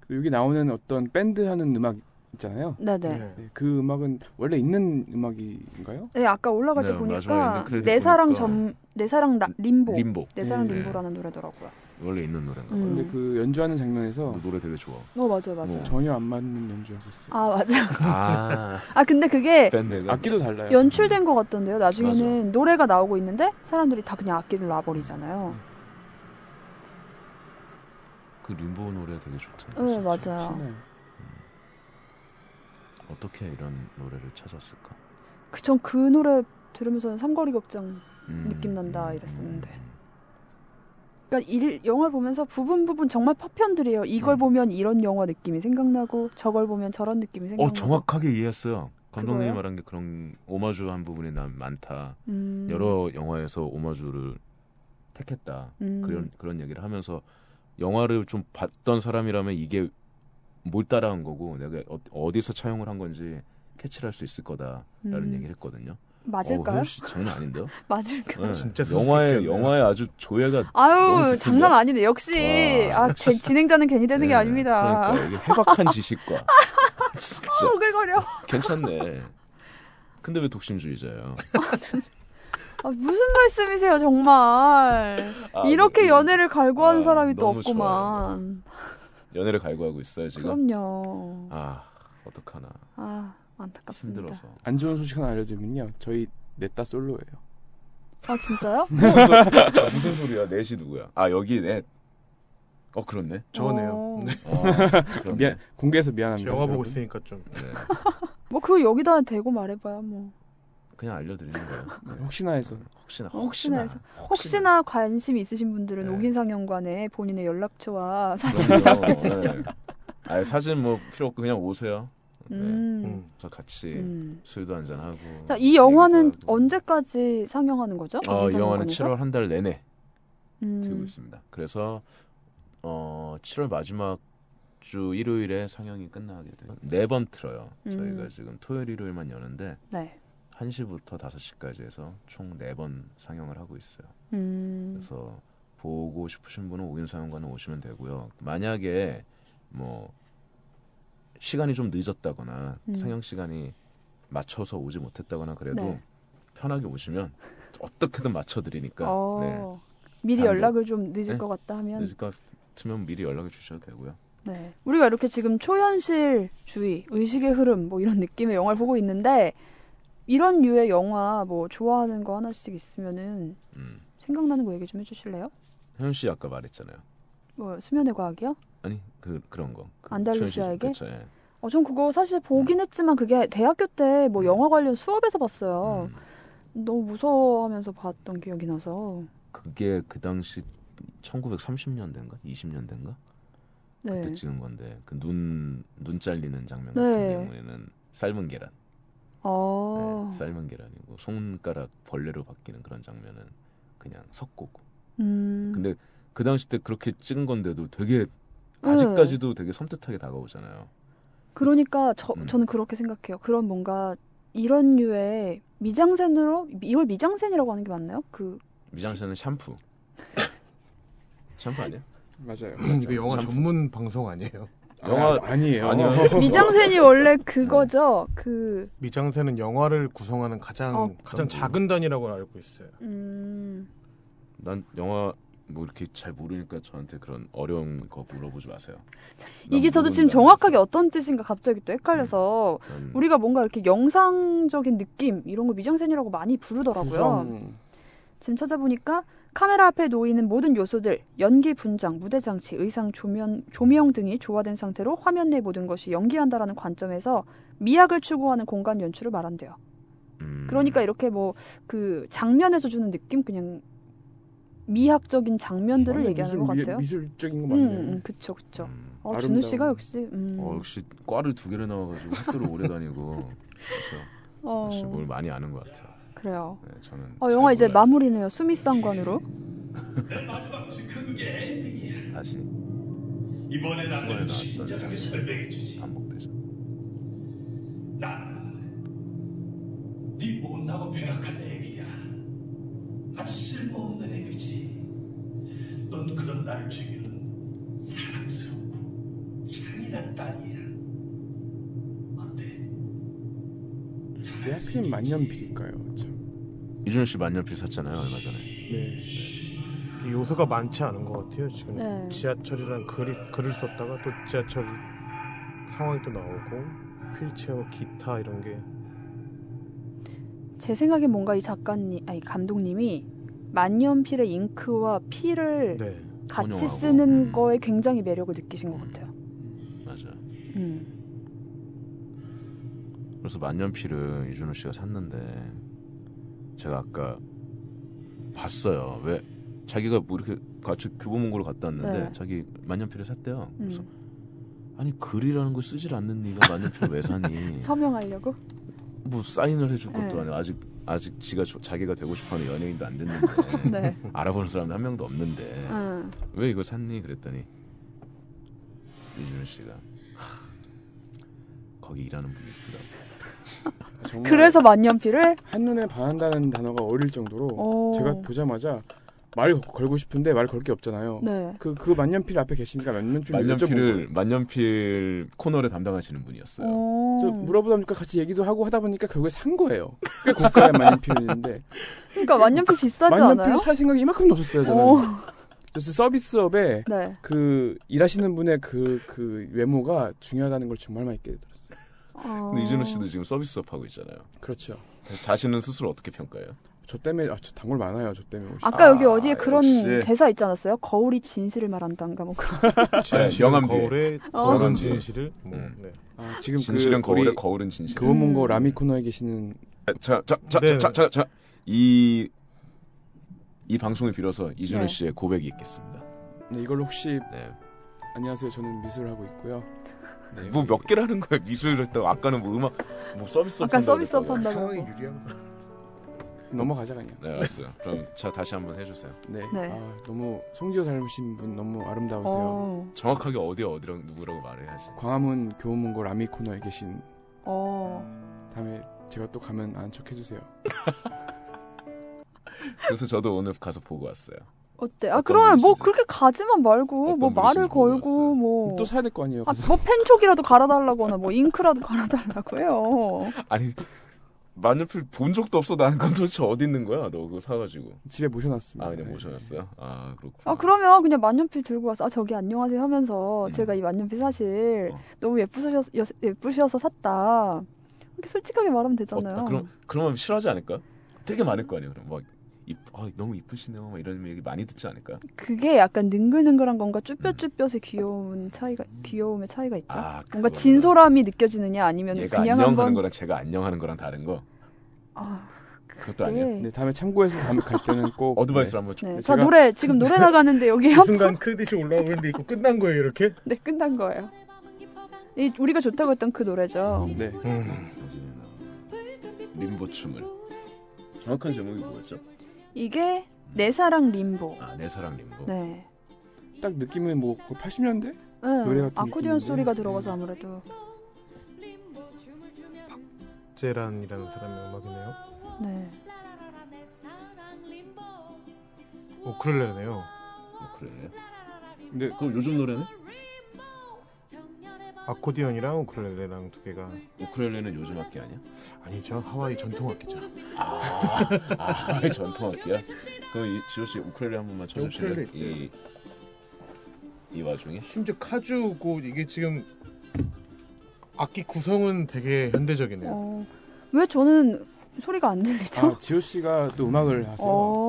S3: 그리고 여기 나오는 어떤 밴드 하는 음악 있잖아요.
S1: 네네.
S4: 네.
S3: 네, 그 음악은 원래 있는 음악인가요?
S1: 네 아까 올라갈 때
S2: 네, 마지막에
S1: 보니까
S2: 있는 크레딧
S1: 내 사랑
S2: 보니까.
S1: 점 내 사랑 라- 림보
S2: 림보 예.
S1: 내 사랑
S3: 네.
S1: 림보라는 노래더라고요.
S2: 원래 있는 노래인가.
S1: 뭐. 음.
S3: 근데 그 연주하는 장면에서
S2: 너 노래 되게 좋아.
S1: 어 맞아요 맞아요.
S2: 뭐.
S3: 전혀 안 맞는 연주하고 있어요.
S1: 아 맞아.
S2: 아
S1: 아 근데 그게
S2: 밴드가
S3: 악기도
S2: 네.
S3: 달라요.
S1: 연출된 것 같던데요. 나중에는 노래가 나오고 있는데 사람들이 다 그냥 악기를 놔버리잖아요.
S2: 그 림보 노래 되게 좋던데.
S1: 네
S2: 진짜.
S1: 맞아요.
S3: 신나요.
S2: 어떻게 이런 노래를 찾았을까?
S1: 그 전 그 노래 들으면서 삼거리 걱정.
S2: 음.
S1: 느낌 난다 이랬었는데. 그러니까 일, 영화를 보면서 부분 부분 정말 파편들이에요. 이걸
S2: 음.
S1: 보면 이런 영화 느낌이 생각나고 저걸 보면 저런 느낌이 생각나고.
S2: 어 정확하게 이해했어요. 감독님이
S1: 그거요?
S2: 말한 게 그런 오마주한 부분이 난 많다.
S1: 음.
S2: 여러 영화에서 오마주를 택했다.
S1: 음.
S2: 그런 그런 얘기를 하면서 영화를 좀 봤던 사람이라면 이게 뭘 따라한 거고 내가 어, 어디서 차용을 한 건지 캐치를 할 수 있을 거다라는
S1: 음.
S2: 얘기를 했거든요. 어,
S1: 맞을까요?
S2: 혜영 씨 장난 아닌데요?
S1: 맞을까? 요
S2: 네.
S4: 진짜
S2: 영화에
S4: 수수께끼였네요.
S2: 영화에 아주 조예가 어, 너무
S1: 아유
S2: 깊은데요?
S1: 장난 아니네. 역시
S2: 와.
S1: 아, 제 진행자는 괜히 되는
S2: 네,
S1: 게 아닙니다.
S2: 그러니까 이게 해박한 지식과 진짜
S1: 오글거려.
S2: 괜찮네. 근데 왜 독심주의자예요?
S1: 아, 무슨 말씀이세요 정말.
S2: 아,
S1: 이렇게
S2: 네.
S1: 연애를 갈구하는
S2: 아,
S1: 사람이 또
S2: 너무
S1: 없구만.
S2: 연애를 갈구하고 있어요 지금.
S1: 그럼요.
S2: 아 어떡하나
S1: 아 안타깝습니다.
S2: 힘들어서.
S3: 안 좋은 소식 하나 알려드리면요. 저희 넷다 솔로예요.
S1: 아 진짜요?
S2: 네, 아, 무슨, 무슨 소리야? 넷이 누구야? 아 여기 넷. 어 그렇네.
S4: 저네요.
S1: 어.
S4: 네.
S2: 아, 그렇네.
S3: 미안, 공개해서
S4: 저
S3: 미안합니다.
S4: 영화 보고
S3: 여러분.
S4: 있으니까 좀
S2: 네.
S1: 뭐 그거 여기다 대고 말해봐야 뭐.
S2: 그냥 알려드리는 거예요. 네.
S3: 혹시나 해서
S2: 혹시나
S1: 혹시나
S2: 혹시나
S1: 해서. 혹시나 관심 있으신 분들은
S2: 네.
S1: 옥인상영관에 본인의 연락처와 아, 사진을
S2: 아, 그럼요.
S1: 남겨주시면.
S2: 네. 아 사진 뭐 필요 없고 그냥 오세요. 네.
S1: 음.
S4: 음.
S2: 그래서 같이
S1: 음.
S2: 술도 한잔 하고.
S1: 자, 이 영화는
S2: 얘기도 하고.
S1: 언제까지 상영하는 거죠?
S2: 어, 이 영화는
S1: 옥인상영관에서?
S2: 7월 한 달 내내
S1: 음.
S2: 되고 있습니다. 그래서 어, 7월 마지막 주 일요일에 상영이 끝나게 돼요. 네 번 틀어요.
S1: 음.
S2: 저희가 지금 토요일 일요일만 여는데
S1: 네.
S2: 1시부터 5시까지 해서 총 네 번 상영을 하고 있어요.
S1: 음.
S2: 그래서 보고 싶으신 분은 오윤상영관에 오시면 되고요. 만약에 뭐 시간이 좀 늦었다거나
S1: 음.
S2: 상영 시간이 맞춰서 오지 못했다거나 그래도
S1: 네.
S2: 편하게 오시면 어떻게든 맞춰드리니까
S1: 어.
S2: 네,
S1: 미리
S2: 다른
S1: 연락을 좀 늦을
S2: 네?
S1: 것 같다 하면
S2: 늦을 것 같으면 미리 연락해 주셔도 되고요.
S1: 네. 우리가 이렇게 지금 초현실 주의, 의식의 흐름 뭐 이런 느낌의 영화를 보고 있는데 이런 류의 영화 뭐 좋아하는 거 하나씩 있으면은
S2: 음.
S1: 생각나는 거 얘기 좀 해주실래요?
S2: 현씨 아까 말했잖아요.
S1: 뭐 수면의 과학이요?
S2: 아니 그 그런 거. 그
S1: 안달루시아에게?
S2: 최현실, 그쵸, 예.
S1: 어, 전 그거 사실 보긴 했지만 그게 대학교 때 뭐
S2: 음.
S1: 영화 관련 수업에서 봤어요.
S2: 음.
S1: 너무 무서워하면서 봤던 기억이 나서.
S2: 그게 그 당시 1930년대인가 20년대인가
S1: 네.
S2: 그때 찍은 건데 그 눈 눈 잘리는 장면
S1: 네.
S2: 같은 경우에는 삶은 계란,
S1: 어.
S2: 네, 삶은 계란이고 손가락 벌레로 바뀌는 그런 장면은 그냥 석고고.
S1: 음.
S2: 근데 그 당시 때 그렇게 찍은 건데도 되게
S1: 네.
S2: 아직까지도 되게 섬뜩하게 다가오잖아요.
S1: 그러니까 저,
S2: 음.
S1: 저는 그렇게 생각해요. 그런 뭔가 이런 류의 미장센으로 이걸 미장센이라고 하는 게 맞나요? 그
S2: 미장센은 샴푸. 샴푸 아니야?
S3: 맞아요.
S4: 음, 이거 영화
S2: 참-
S4: 전문 방송 아니에요.
S2: 영화-
S3: 아, 니에요
S2: 아니요.
S1: 미장센이 원래 그거죠. 그
S4: 미장센은 영화를 구성하는 가장
S1: 어.
S4: 가장 작은 단위라고 알고 있어요.
S1: 음.
S2: 난 영화 뭐 이렇게 잘 모르니까 저한테 그런 어려운 거 물어보지 마세요. 난
S1: 이게 저도 지금
S2: 모른다면서.
S1: 정확하게 어떤 뜻인가 갑자기 또 헷갈려서
S2: 난
S1: 우리가 뭔가 이렇게 영상적인 느낌 이런 걸 미장센이라고 많이 부르더라고요. 지금 찾아보니까 카메라 앞에 놓이는 모든 요소들, 연기 분장, 무대 장치, 의상 조명, 조명 등이 조화된 상태로 화면 내 모든 것이 연기한다라는 관점에서 미학을 추구하는 공간 연출을 말한대요.
S2: 음,
S1: 그러니까 이렇게 뭐 그 장면에서 주는 느낌 그냥 미학적인 장면들을 얘기하는 것 같아요.
S3: 미술적인 거
S1: 음,
S3: 맞네요.
S1: 음, 그쵸, 그쵸.
S2: 음.
S1: 어, 준우 씨가
S3: 아름다운.
S1: 역시, 음,
S2: 어, 역시 과를 두 개를 나와가지고 학교를 오래 다니고 그래서
S1: 어,
S2: 역시 뭘 많이 아는 것 같아요.
S1: 그래요.
S2: 네, 저는
S1: 어,
S2: 잘
S1: 영화 이제
S2: 몰라요.
S1: 마무리네요. 수미상관으로.
S2: 다시
S5: 이번에
S2: 나는 친절하게
S5: 진정하게 설명해 주지.
S2: 반복되죠.
S5: 난네 네 못나고 병약한 애기야. 아주 쓸모없는 애기지. 넌 그런 나를 죽이는 사랑스럽고 잔인한 딸이야. 어때?
S3: 왜 네, 하필 만년필일까요? 참.
S2: 이준호 씨 만년필 샀잖아요 얼마 전에.
S3: 네.
S4: 이 요소가 많지 않은 것 같아요.
S2: 예,
S4: 지금
S2: 뭐
S1: 네.
S4: 지하철이란 글이, 글을 썼다가 또 지하철 상황이 또 나오고 휠체어, 기타 이런 게
S1: 제 생각엔 뭔가 이 작가님, 아니 감독님이 만년필의 잉크와 피를
S4: 네.
S1: 같이
S2: 혼용하고.
S1: 쓰는
S2: 음.
S1: 거에 굉장히 매력을 느끼신 것 같아요.
S2: 맞아. 요
S1: 음.
S2: 그래서 만년필을 이준호 씨가 샀는데 제가 아까 봤어요. 왜 자기가 뭐 이렇게 같이 교보문고를 갔다 왔는데
S1: 네.
S2: 자기 만년필을 샀대요.
S1: 음.
S2: 그래서 아니 글이라는 걸 쓰질 않는 네가 만년필 왜 사니?
S1: 서명하려고?
S2: 뭐 사인을 해줄 것도
S1: 네.
S2: 아니고 아직 아직 지가 저- 자기가 되고 싶어하는 연예인도 안 됐는데
S1: 네.
S2: 알아보는 사람도 한 명도 없는데
S1: 음.
S2: 왜 이거 샀니 그랬더니 이준호 씨가 "하, 거기 일하는 분이 있더라고.
S3: 정말
S1: 그래서 만년필을?
S3: 한눈에 반한다는 단어가 어릴 정도로
S1: 오.
S3: 제가 보자마자 말을 걸고 싶은데 말을 걸 게
S2: 어,
S3: 없잖아요.
S1: 네.
S3: 그, 그 만년필 앞에 계시니까 만년필을 여쭤보고
S2: 만년필을 만년필 코너를 담당하시는 분이었어요.
S1: 오.
S3: 저 물어보다 보니까 같이 얘기도 하고 하다 보니까 결국에 산 거예요. 꽤 고가의 만년필인데
S1: 그러니까 만년필 비싸지 않아요?
S3: 만년필 살 생각이 이만큼도 없었어요.
S1: 오.
S3: 저는. 그래서 서비스업에
S1: 네.
S3: 그 일하시는 분의 그 그 외모가 중요하다는 걸 정말 많이 깨달았어요.
S1: 어.
S2: 근데 이준호 씨도 지금 서비스업 하고 있잖아요.
S3: 그렇죠.
S2: 자신은 스스로 어떻게 평가해요?
S3: 저 때문에 아, 저 단골 많아요. 저 때문에 오시.
S1: 아까
S2: 아,
S1: 여기 어디에 그런
S2: 역시.
S1: 대사 있지 않았어요? 거울이 진실을 말한단가 뭐 그런.
S2: 아, 네,
S4: 진실,
S2: 명함 뒤에.
S4: 거울에
S2: 명함
S4: 거울은
S2: 뒤에.
S4: 진실을 뭐,
S2: 음.
S4: 네.
S3: 아, 지금
S2: 진실은
S3: 그
S2: 거울에
S3: 우리 그
S2: 거울은 진실.
S1: 음.
S3: 교문고 라미 코너에 계시는
S4: 네.
S2: 자자자자자자이이 방송을 빌어서 이준호
S1: 네.
S2: 씨의 고백이 있겠습니다.
S3: 네, 이걸로 혹시
S2: 네.
S3: 안녕하세요. 저는 미술을 하고 있고요. 네,
S2: 뭐
S3: 여기-
S2: 몇 개를 하는 거야 미술을 했다고 아까는 뭐 음악 뭐 서비스업
S1: 아까
S2: 한다고
S1: 서비스업
S2: 그랬다고.
S1: 한다고.
S4: 유리한
S3: 넘어가자 그냥.
S2: 네, 알았어요. 그럼 자 다시 한번 해주세요.
S3: 네.
S1: 네.
S3: 아, 너무 송지효 닮으신 분 너무 아름다우세요.
S1: 어,
S2: 정확하게 어디 어디랑 누구라고 말해야지.
S3: 광화문 교문고 라미 코너에 계신
S1: 어,
S3: 다음에 제가 또 가면 안 척 해주세요.
S2: 그래서 저도 오늘 가서 보고 왔어요.
S1: 어때? 아
S2: 어떤
S1: 그러면 뭐
S2: 분이시죠?
S1: 그렇게 가지만 말고
S2: 어떤
S1: 뭐 말을
S2: 분이신지 모르겠어요. 음,
S1: 걸고 뭐.
S3: 또 사야 될 거 아니에요.
S1: 아,
S3: 가서.
S1: 뭐 펜촉이라도 갈아달라거나 뭐 잉크라도 갈아달라고 해요.
S2: 아니 마늘풀 본 적도 없어. 나는 건 도대체 어디 있는 거야? 너 그거 사가지고.
S3: 집에 모셔놨습니다.
S2: 아 그냥
S3: 네.
S2: 모셔놨어요. 아 그렇구나.
S1: 아 그러면 그냥 만년필 들고 와서 아 저기 안녕하세요 하면서
S2: 음.
S1: 제가 이 만년필 사실
S2: 어.
S1: 너무 예쁘셔 예쁘셔서 샀다. 이렇게 솔직하게 말하면
S2: 어,
S1: 되잖아요.
S2: 아, 그럼 그러면 싫어하지 않을까? 되게 많을 거 아니에요. 그럼 막 이, 아, 너무 이쁘시네요. 막 이런 얘기 많이 듣지 않을까?
S1: 그게 약간 능글능글한 건가 쭈뼛쭈뼛의 귀여운 차이가 귀여움의 차이가 있죠.
S2: 네. 아
S1: 뭔가
S2: 그거구나.
S1: 진솔함이 느껴지느냐 아니면
S2: 얘가
S1: 그냥
S2: 안녕하는
S1: 한번
S2: 거랑 제가 안녕하는 거랑 다른 거
S1: 아,
S2: 그것도 아니야.
S3: 네, 다음에 참고해서 다음에 갈 때는 꼭
S2: 어드바이스를 한번 좀.
S1: 네.
S3: 네,
S1: 자
S3: 제가-
S1: 노래 지금 노래 나가는데 여기
S4: 이
S1: 한
S4: 순간 크레딧이 올라오고 있는데 이거 끝난 거예요 이렇게?
S1: 네, 끝난 거예요. 이 우리가 좋다고 했던 그 노래죠.
S3: 네. 네.
S4: 음.
S2: 림보 춤을 정확한 제목이 뭐였죠?
S1: 이게 내 사랑 림보.
S2: 아 내 사랑 림보.
S1: 네.
S3: 딱 느낌은 뭐 80년대
S1: 응,
S3: 노래 같은
S1: 아코디언
S3: 느낌인데.
S1: 소리가 들어가서 아무래도
S4: 박재란이라는 사람의 음악이네요.
S1: 네.
S4: 우크렐레네요.
S2: 뭐 그래요?
S3: 근데
S2: 그럼 요즘 노래는?
S4: 아코디언이랑 우크렐레랑 두 개가
S2: 우크렐레는 요즘 악기 아니야?
S4: 아니죠. 하와이 전통 악기죠.
S2: 아 전통 악기야? 그럼 이, 지호 씨 우크렐레 한 번만 쳐주실래요?
S4: 우크렐레
S2: 이, 이 와중에
S4: 심지어 카주고 이게 지금 악기 구성은 되게 현대적이네요.
S1: 어, 왜 저는 소리가 안 들리죠?
S3: 아, 지효 씨가 또 음악을 하세요.
S1: 어.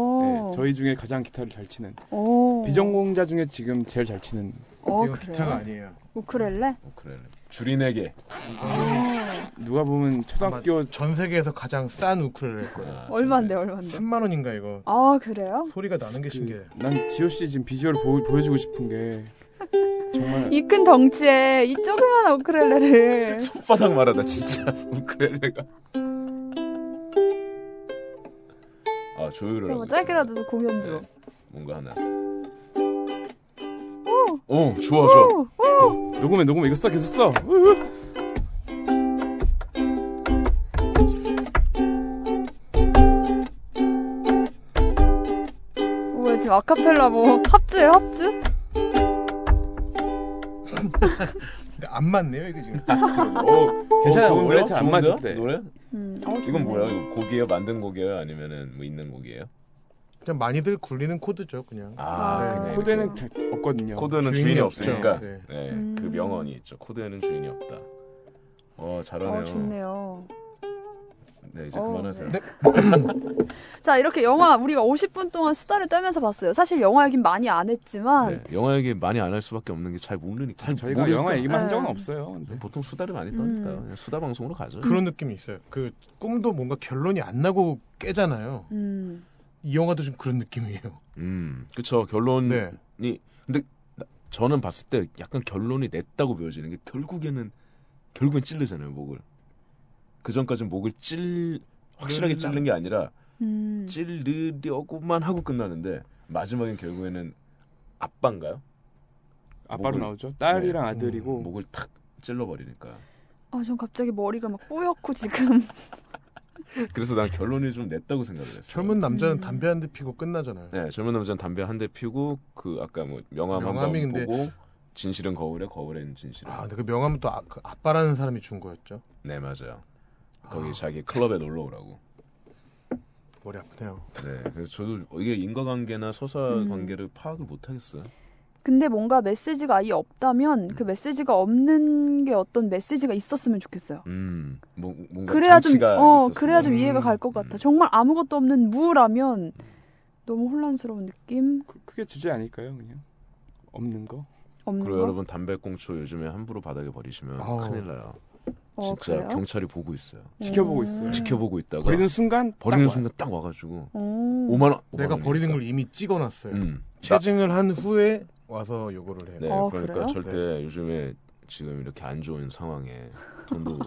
S3: 네, 저희 중에 가장 기타를 잘 치는
S4: 아,
S1: 어.
S3: 비전공자 중에 지금 제일 잘 치는
S1: 어,
S4: 이건
S1: 그래요?
S4: 기타가 아니에요.
S1: 우크렐레?
S2: 우크렐레 줄이네게
S3: 누가 보면 초등학교 그
S4: 아마 전 세계에서 가장 싼 우크렐레일 거예요.
S2: 아,
S1: 얼마인데 얼마인데?
S4: 3만 원인가 이거.
S1: 아 그래요?
S4: 소리가 나는 게 신기해.
S3: 그, 난 지효 씨 지금 비주얼 보, 보여주고 싶은 게 정말
S1: 이 큰 덩치에 이 조그마한 우크렐레를
S2: 손바닥 말하다 진짜 우크렐레가 아 조율을
S1: 제가 뭐
S2: 하고
S1: 짧게라도
S2: 있어요.
S1: 좀 공연 좀
S2: 뭔가 하나 오 좋아 좋아
S1: 오, 오.
S3: 녹음해 녹음해 이거 써 계속 써
S1: 우와 지금 아카펠라 뭐 합주예요 합주?
S4: 근데 안 맞네요 이게 지금.
S2: 오,
S3: 괜찮아요.
S2: 좋은데요?
S3: 원래 잘안
S2: 좋은데요?
S3: 맞을 때.
S2: 노래?
S1: 음, 어, 좋네.
S2: 이건 뭐야? 이거 곡이에요? 만든 곡이에요? 아니면은 뭐 있는 곡이에요?
S4: 그냥 많이들 굴리는 코드죠 그냥.
S1: 아,
S2: 그냥
S3: 네. 코드에는
S1: 이렇게.
S3: 자- 없거든요.
S2: 코드는
S4: 주인이
S2: 주인이
S4: 없죠.
S2: 없으니까.
S4: 네.
S2: 네.
S1: 음.
S2: 그 명언이 있죠. 코드에는 주인이 없다. 어, 잘하네요.
S1: 어, 좋네요.
S2: 네, 이제
S1: 어,
S2: 그만하세요.
S1: 네. 자 이렇게 영화 우리가 50분 동안 수다를 떨면서 봤어요. 사실 영화 얘긴 많이 안 했지만
S2: 네, 영화 얘기 많이 안 할 수밖에 없는 게 잘 모르니까. 잘
S3: 저희가
S2: 모르니까.
S3: 영화 얘기만 한 적은
S1: 네.
S3: 없어요. 근데
S2: 보통 수다를 많이 떠니까
S1: 음.
S2: 그냥 수다 방송으로 가죠.
S4: 그런 느낌이 있어요. 그 꿈도 뭔가 결론이 안 나고 깨잖아요.
S1: 음,
S4: 이 영화도 좀 그런 느낌이에요.
S2: 음, 그쵸. 결론이.
S4: 네.
S2: 근데 나- 저는 봤을 때 약간 결론이 냈다고 보여지는 게 결국에는 결국엔 찔르잖아요 목을. 그 전까지는 목을 찔 확실하게 찔른 게 아니라
S1: 음.
S2: 찌르려고만 하고 끝나는데 마지막엔 결국에는 아빠인가요?
S3: 아빠로
S2: 목을- 음,
S3: 나오죠. 딸이랑
S4: 네.
S3: 아들이고
S2: 목을 탁 찔러버리니까.
S1: 아, 전 갑자기 머리가 막 뿌옇고 지금.
S2: 그래서 난 결론이 좀 냈다고 생각을 했어요.
S4: 젊은 남자는
S1: 음.
S4: 담배 한 대 피고 끝나잖아요.
S2: 네, 젊은 남자는 담배 한 대 피우고 그 아까 뭐 명함 한번
S4: 명함이 근데-
S2: 보고 진실은 거울에 거울엔 진실은.
S4: 아, 근데 그 명함은 또 아, 그 아빠라는 사람이 준 거였죠.
S2: 네 맞아요. 거기 자기 클럽에 놀러 오라고.
S4: 머리 아프네요.
S2: 네, 그래서 저도 이게 인과관계나 서사
S1: 음.
S2: 관계를 파악을 못 하겠어요.
S1: 근데 뭔가 메시지가 아예 없다면 그 메시지가 없는 게 어떤 메시지가 있었으면 좋겠어요.
S2: 음, 뭐, 뭔가
S1: 그래야 좀,
S2: 장치가
S1: 어,
S2: 있었으면.
S1: 그래야 좀
S4: 음.
S1: 이해가 갈 것 같아. 정말 아무것도 없는 무라면 너무 혼란스러운 느낌?
S3: 그- 그게 주제 아닐까요, 그냥 없는 거.
S1: 없는
S2: 그리고
S1: 거?
S2: 여러분 담배꽁초 요즘에 함부로 바닥에 버리시면
S4: 아우.
S2: 큰일 나요.
S1: 어,
S2: 진짜
S1: 그래요? 음.
S2: 경찰이 보고 있어요.
S3: 지켜보고 있어요. 지켜-
S2: 지켜보고 있다가
S3: 버리는 순간 딱
S2: 버리는
S3: 와요.
S2: 순간 딱 와가지고
S1: 오.
S2: 5만 원. 5만
S4: 내가
S2: 원이니까.
S4: 버리는 걸 이미 찍어놨어요.
S2: 음. 나-
S4: 체증을 한 후에 와서 요거를 해요.
S2: 네,
S1: 어,
S2: 그러니까
S1: 그래요?
S2: 절대 요즘에 지금 이렇게 안 좋은 상황에 돈도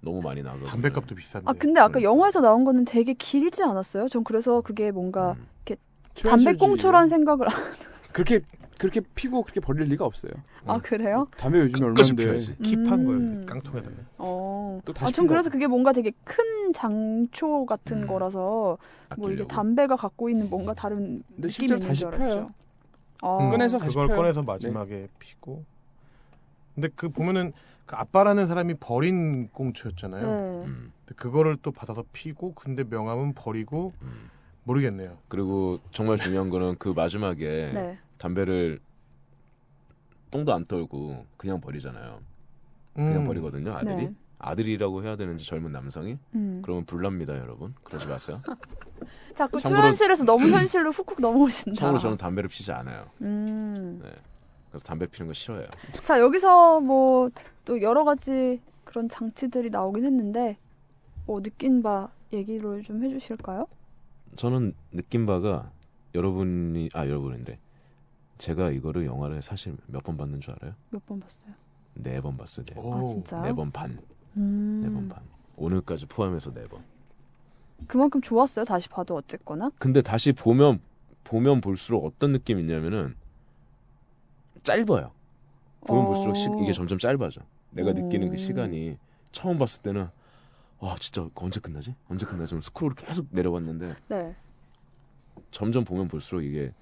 S2: 너무 많이 나가.
S4: 담배값도 비싼데.
S1: 아 근데 아까
S2: 그러니까.
S1: 영화에서 나온 거는 되게 길지 않았어요? 전 그래서 그게 뭔가
S2: 음.
S3: 음.
S1: 담배꽁초란 생각을
S3: 그렇게 그렇게 피고 그렇게 버릴 리가 없어요.
S1: 아 그래요?
S3: 담배 요즘에
S2: 끝까지
S3: 얼마인데
S2: 펴야지.
S4: 킵한
S1: 음.
S4: 거예요. 그 깡통에다가.
S1: 어.
S3: 또
S1: 아,
S3: 다시
S1: 전
S3: 필요가
S1: 그래서 그게 뭔가 되게 큰 장초 같은
S2: 음.
S1: 거라서 뭐 이게
S2: 아끼려고.
S1: 담배가 갖고 있는 뭔가 다른 느낌이
S3: 근데 실제로
S1: 있는
S3: 다시
S1: 줄 알았죠.
S3: 펴요.
S1: 아,
S4: 음,
S3: 꺼내서 다시
S4: 그걸
S3: 펴요. 네.
S4: 꺼내서 마지막에 피고. 근데 그 보면은 그 아빠라는 사람이 버린 꽁초였잖아요.
S1: 네.
S2: 음.
S4: 근데 그거를 또 받아서 피고 근데 명함은 버리고
S2: 음.
S4: 모르겠네요.
S2: 그리고 정말 중요한 거는 그 마지막에
S1: 네.
S2: 담배를 똥도 안 떨고 그냥 버리잖아요. 그냥
S4: 음.
S2: 버리거든요. 아들이
S1: 네.
S2: 아들이라고 해야 되는지 젊은 남성이
S1: 음.
S2: 그러면 불납니다, 여러분. 그러지 마세요.
S1: 자꾸 그
S2: 참고로-
S1: 초현실에서 너무 현실로 훅훅 넘어오신다.
S2: 참고로 저는 담배를 피지 않아요.
S1: 음.
S2: 그래서 담배 피는 거 싫어요.
S1: 자 여기서 뭐 또 여러 가지 그런 장치들이 나오긴 했는데 뭐 느낀 바 얘기를 좀 해주실까요?
S2: 저는 느낀 바가 여러분이 아 여러분인데 제가 이거를 영화를 사실 몇 번 봤는 줄 알아요?
S1: 몇 번 봤어요?
S2: 네 번 봤어요. 네 번.
S4: 오.
S1: 아 진짜요?
S2: 네 번 반.
S1: 음.
S2: 네 번 반. 오늘까지 포함해서 네 번.
S1: 그만큼 좋았어요. 다시 봐도 어쨌거나.
S2: 근데 다시 보면 보면 볼수록 어떤 느낌이 있냐면은 짧아요. 보면
S1: 어.
S2: 볼수록 시, 이게 점점 짧아져. 내가
S1: 어.
S2: 느끼는 그 시간이 처음 봤을 때는 와 진짜 언제 끝나지? 언제 끝나지? 좀 스크롤을 계속 내려봤는데
S1: 네.
S2: 점점 보면 볼수록 이게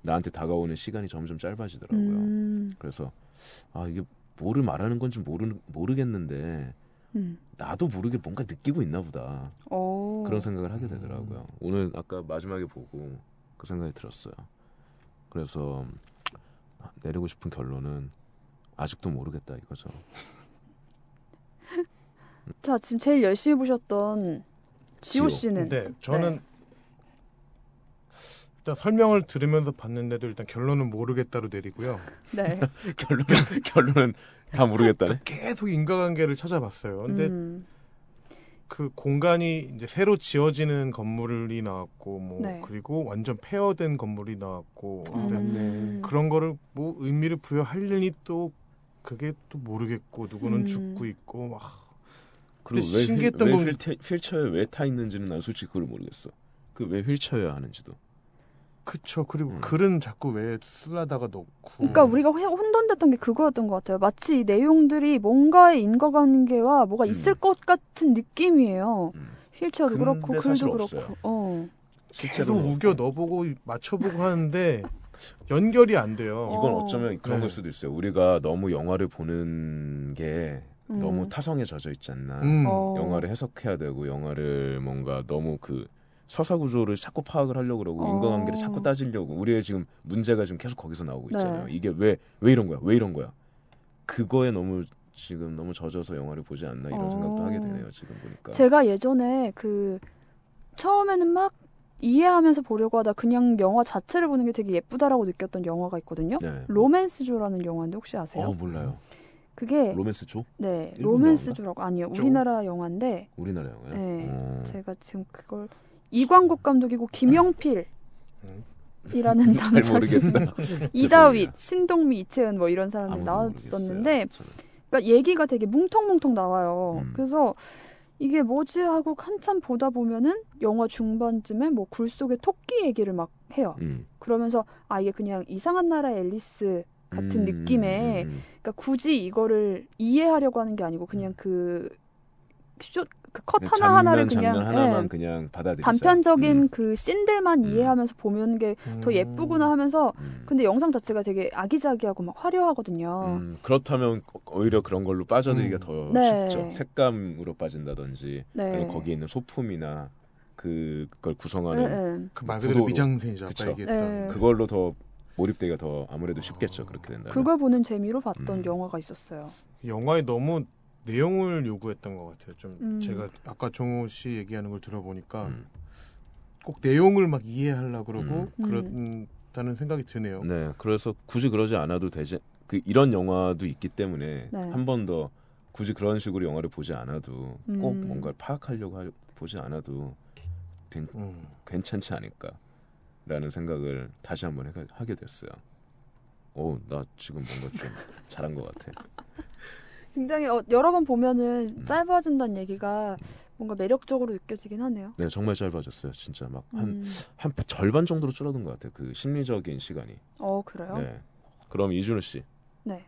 S2: 나한테 다가오는 시간이 점점 짧아지더라고요.
S1: 음.
S2: 그래서 아 이게 뭐를 말하는 건지 모르 모르겠는데
S1: 음. 어.
S2: 나도 모르게 뭔가 느끼고 있나 보다
S1: 오.
S2: 그런 생각을 하게 되더라고요. 오늘 아까 마지막에 보고 그 생각이 들었어요. 그래서 아, 내리고 싶은 결론은 아직도 모르겠다 이거죠.
S1: 자 지금 제일 열심히 보셨던 지호
S2: 지호.
S1: 씨는
S4: 네, 저는 일단 설명을 들으면서 봤는데도 일단 결론은 모르겠다로 내리고요.
S1: 네.
S2: 결론은 결론은 다 모르겠다네.
S4: 계속 인과관계를 찾아봤어요. 근데
S1: 음.
S4: 그 공간이 이제 새로 지어지는 건물이 나왔고 뭐
S1: 네.
S4: 그리고 완전 폐허된 건물이 나왔고
S3: 아,
S4: 근데
S1: 음.
S3: 맞네.
S4: 그런 거를 뭐 의미를 부여하려니 또 그게 또 모르겠고 누구는
S1: 음.
S4: 죽고 있고 막
S2: 그리고
S4: 근데
S2: 왜, 휠-
S4: 신기했던
S2: 왜
S4: 건-
S2: 휠체, 휠체어에 왜 타 있는지는 난 솔직히 그걸 모르겠어. 그 왜 휠체어에 하는지도.
S4: 그쵸 그리고
S2: 음.
S4: 글은 자꾸 왜 쓸라다가 넣고
S1: 그러니까 우리가 혼- 혼돈됐던 게 그거였던 것 같아요. 마치 이 내용들이 뭔가의 인과관계와 뭐가 있을
S2: 음.
S1: 것 같은 느낌이에요.
S2: 음.
S1: 휠체어도
S2: 근데
S1: 그렇고
S2: 사실
S1: 글도 그렇고.
S2: 없어요.
S1: 어.
S4: 계속
S2: 실제로
S4: 우겨
S2: 그렇고.
S4: 넣어보고 맞춰보고 하는데 연결이 안 돼요.
S1: 어.
S2: 이건 어쩌면 그런
S4: 네.
S2: 걸 수도 있어요. 우리가 너무 영화를 보는 게
S1: 음.
S2: 너무 타성에 젖어 있지 않나.
S4: 음.
S1: 어.
S2: 영화를 해석해야 되고 영화를 뭔가 너무 그 서사 구조를 자꾸 파악을 하려고 그러고
S1: 어.
S2: 인과관계를 자꾸 따지려고 우리의 지금 문제가 지금 계속 거기서 나오고
S1: 네.
S2: 있잖아요. 이게 왜 왜 이런 거야? 왜 이런 거야? 그거에 너무 지금 너무 젖어서 영화를 보지 않나 이런
S1: 어.
S2: 생각도 하게 되네요. 지금 보니까.
S1: 제가 예전에 그 처음에는 막 이해하면서 보려고 하다 그냥 영화 자체를 보는 게 되게 예쁘다라고 느꼈던 영화가 있거든요.
S2: 네.
S1: 로맨스조라는 영화인데 혹시 아세요?
S2: 어 몰라요.
S1: 그게
S2: 로맨스 조?
S1: 네
S2: 일본
S1: 로맨스조라고 아니요
S2: 조?
S1: 우리나라 영화인데
S2: 우리나라 영화요.
S1: 네.
S2: 어.
S1: 제가 지금 그걸 이광국 감독이고 김영필이라는
S4: 음.
S2: 잘
S1: 남자
S2: 모르겠다.
S1: 이다윗, 신동미, 이채은 뭐 이런 사람들이
S2: 아무도
S1: 나왔었는데
S2: 모르겠어요, 저는.
S1: 그러니까 얘기가 되게 뭉텅뭉텅 나와요.
S2: 음.
S1: 그래서 이게 뭐지 하고 한참 보다 보면은 영화 중반쯤에 뭐 굴 속의 토끼 얘기를 막 해요.
S2: 음.
S1: 그러면서 아 이게 그냥 이상한 나라의 앨리스 같은
S2: 음,
S1: 느낌의
S2: 음, 음,
S1: 그러니까 굳이 이거를 이해하려고 하는 게 아니고 그냥 그 쇼, 그컷
S2: 음.
S1: 하나 하나를
S2: 장면,
S1: 그냥
S2: 장면 하나만
S1: 예,
S2: 그냥 받아들이세요.
S1: 단편적인
S2: 음,
S1: 그 씬들만
S2: 음.
S1: 이해하면서 보는 게 더
S4: 음.
S1: 예쁘구나 하면서
S2: 음.
S1: 근데 어. 영상 자체가 되게 아기자기하고 막 화려하거든요.
S2: 음, 그렇다면 오히려 그런 걸로 빠져들기가
S4: 음.
S2: 더
S1: 네.
S2: 쉽죠. 색감으로 빠진다든지
S1: 네.
S2: 아니면 거기에 있는 소품이나
S1: 네,
S2: 그걸 구성하는
S1: 네.
S4: 그 말 그대로
S2: 구도로.
S4: 미장센이죠. 아까
S2: 그쵸.
S4: 얘기했던
S1: 네.
S2: 그걸로 더 몰입되기가 더 아무래도 쉽겠죠. 그렇게 된다면.
S1: 그걸 보는 재미로 봤던
S2: 음.
S1: 영화가 있었어요.
S4: 영화에 너무 내용을 요구했던 것 같아요. 좀
S1: 음.
S4: 제가 아까 정우 씨 얘기하는 걸 들어보니까
S2: 음.
S4: 꼭 내용을 막 이해하려 그러고
S1: 음.
S4: 그렇다는 생각이 드네요.
S2: 네, 그래서 굳이 그러지 않아도 되지. 그 이런 영화도 있기 때문에
S1: 네.
S2: 한 번 더 굳이 그런 식으로 영화를 보지 않아도 꼭
S1: 음.
S2: 뭔가를 파악하려고 하, 보지 않아도 괜,
S4: 음.
S2: 괜찮지 않을까라는 생각을 다시 한번 해가- 하게 됐어요. 오, 나 지금 뭔가 좀 잘한 것 같아.
S1: 굉장히 어, 여러 번
S2: 음.
S1: 보면은 짧아진다는 얘기가 뭔가 매력적으로 느껴지긴 하네요.
S2: 네, 정말 짧아졌어요. 진짜 막 한 한
S1: 음.
S2: 절반 정도로 줄어든 것 같아요. 그 심리적인 시간이.
S1: 어 그래요?
S2: 네. 그럼 이준우 씨,
S1: 네.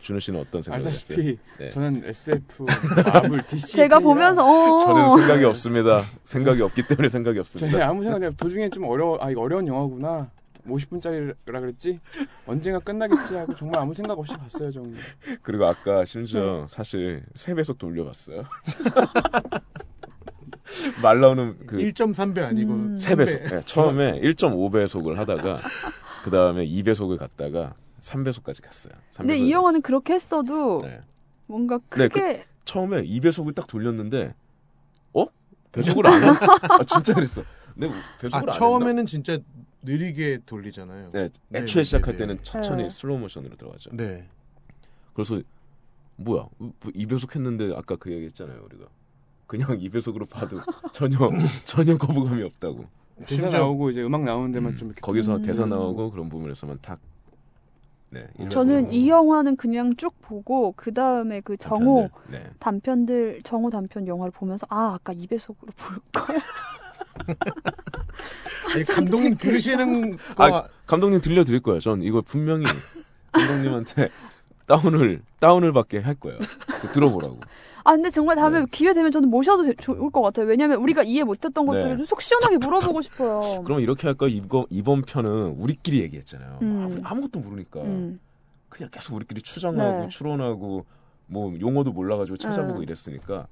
S2: 준우 씨는 어떤 생각이 있어요?
S3: 알다시피
S2: 네.
S3: 저는 SF, 마블, DC
S1: 제가 보면서 어.
S2: 저는 생각이 없습니다. 생각이 없기 때문에 생각이
S3: 저희
S2: 없습니다.
S3: 아무 생각 그냥 도중에 좀 어려워 아 이거 어려운 영화구나 50분짜리라 그랬지 언젠가 끝나겠지 하고 정말 아무 생각 없이 봤어요 정말
S2: 그리고 아까
S1: 네.
S2: 심지어 사실 세 배속 돌려봤어요. 말 나오는 그
S4: 1.3배 아니고
S1: 음.
S2: 세배속 네, 처음에 1.5배속을 하다가 그 다음에 2배속을 갔다가 3배속까지 갔어요.
S1: 근데 이 영화는 그렇게 했어도
S2: 네.
S1: 뭔가
S2: 네,
S1: 크게
S2: 처음에 2배속을 딱 돌렸는데 어? 배속을 안 해? 아, 진짜 그랬어. 근데 뭐 배속을
S4: 아
S2: 안 했나?
S4: 처음에는 진짜 느리게 돌리잖아요.
S2: 네,
S4: 네,
S2: 애초에
S4: 네,
S2: 시작할
S4: 네,
S2: 때는
S4: 네.
S2: 천천히
S1: 네.
S2: 슬로우 모션으로 들어가죠.
S4: 네.
S2: 그래서 뭐야? 2배속 했는데 아까 그 얘기 했잖아요, 우리가. 그냥 2배속으로 봐도 전혀 전혀 거부감이 없다고.
S3: 대사 나오고 이제 음악 나오는 데만 좀 이렇게
S2: 거기서
S1: 음.
S2: 대사 나오고 그런 부분에서만 탁 네.
S1: 저는
S2: 일배속으로.
S1: 이 영화는 그냥 쭉 보고 그 다음에 그 정호
S2: 단편들, 네.
S1: 단편들 정호 단편 영화를 보면서 아 아까 2배속으로 볼 걸. 아,
S4: 이 감독님 들으시는 거
S2: 아, 감독님 들려드릴 거예요. 전 이걸 분명히 감독님한테 다운을 다운을 받게 할 거예요. 그거 들어보라고.
S1: 아 근데 정말 다음에
S2: 네.
S1: 기회 되면 저는 모셔도 되- 좋을 것 같아요. 왜냐면 우리가 이해 못했던
S2: 네.
S1: 것들을 좀 속 시원하게 물어보고 싶어요.
S2: 그럼 이렇게 할까? 이거 이번 편은 우리끼리 얘기했잖아요.
S1: 음.
S2: 아무- 아무것도 모르니까
S1: 음.
S2: 그냥 계속 우리끼리 추정하고
S1: 네.
S2: 추론하고 뭐 용어도 몰라가지고 찾아보고
S1: 음.
S2: 이랬으니까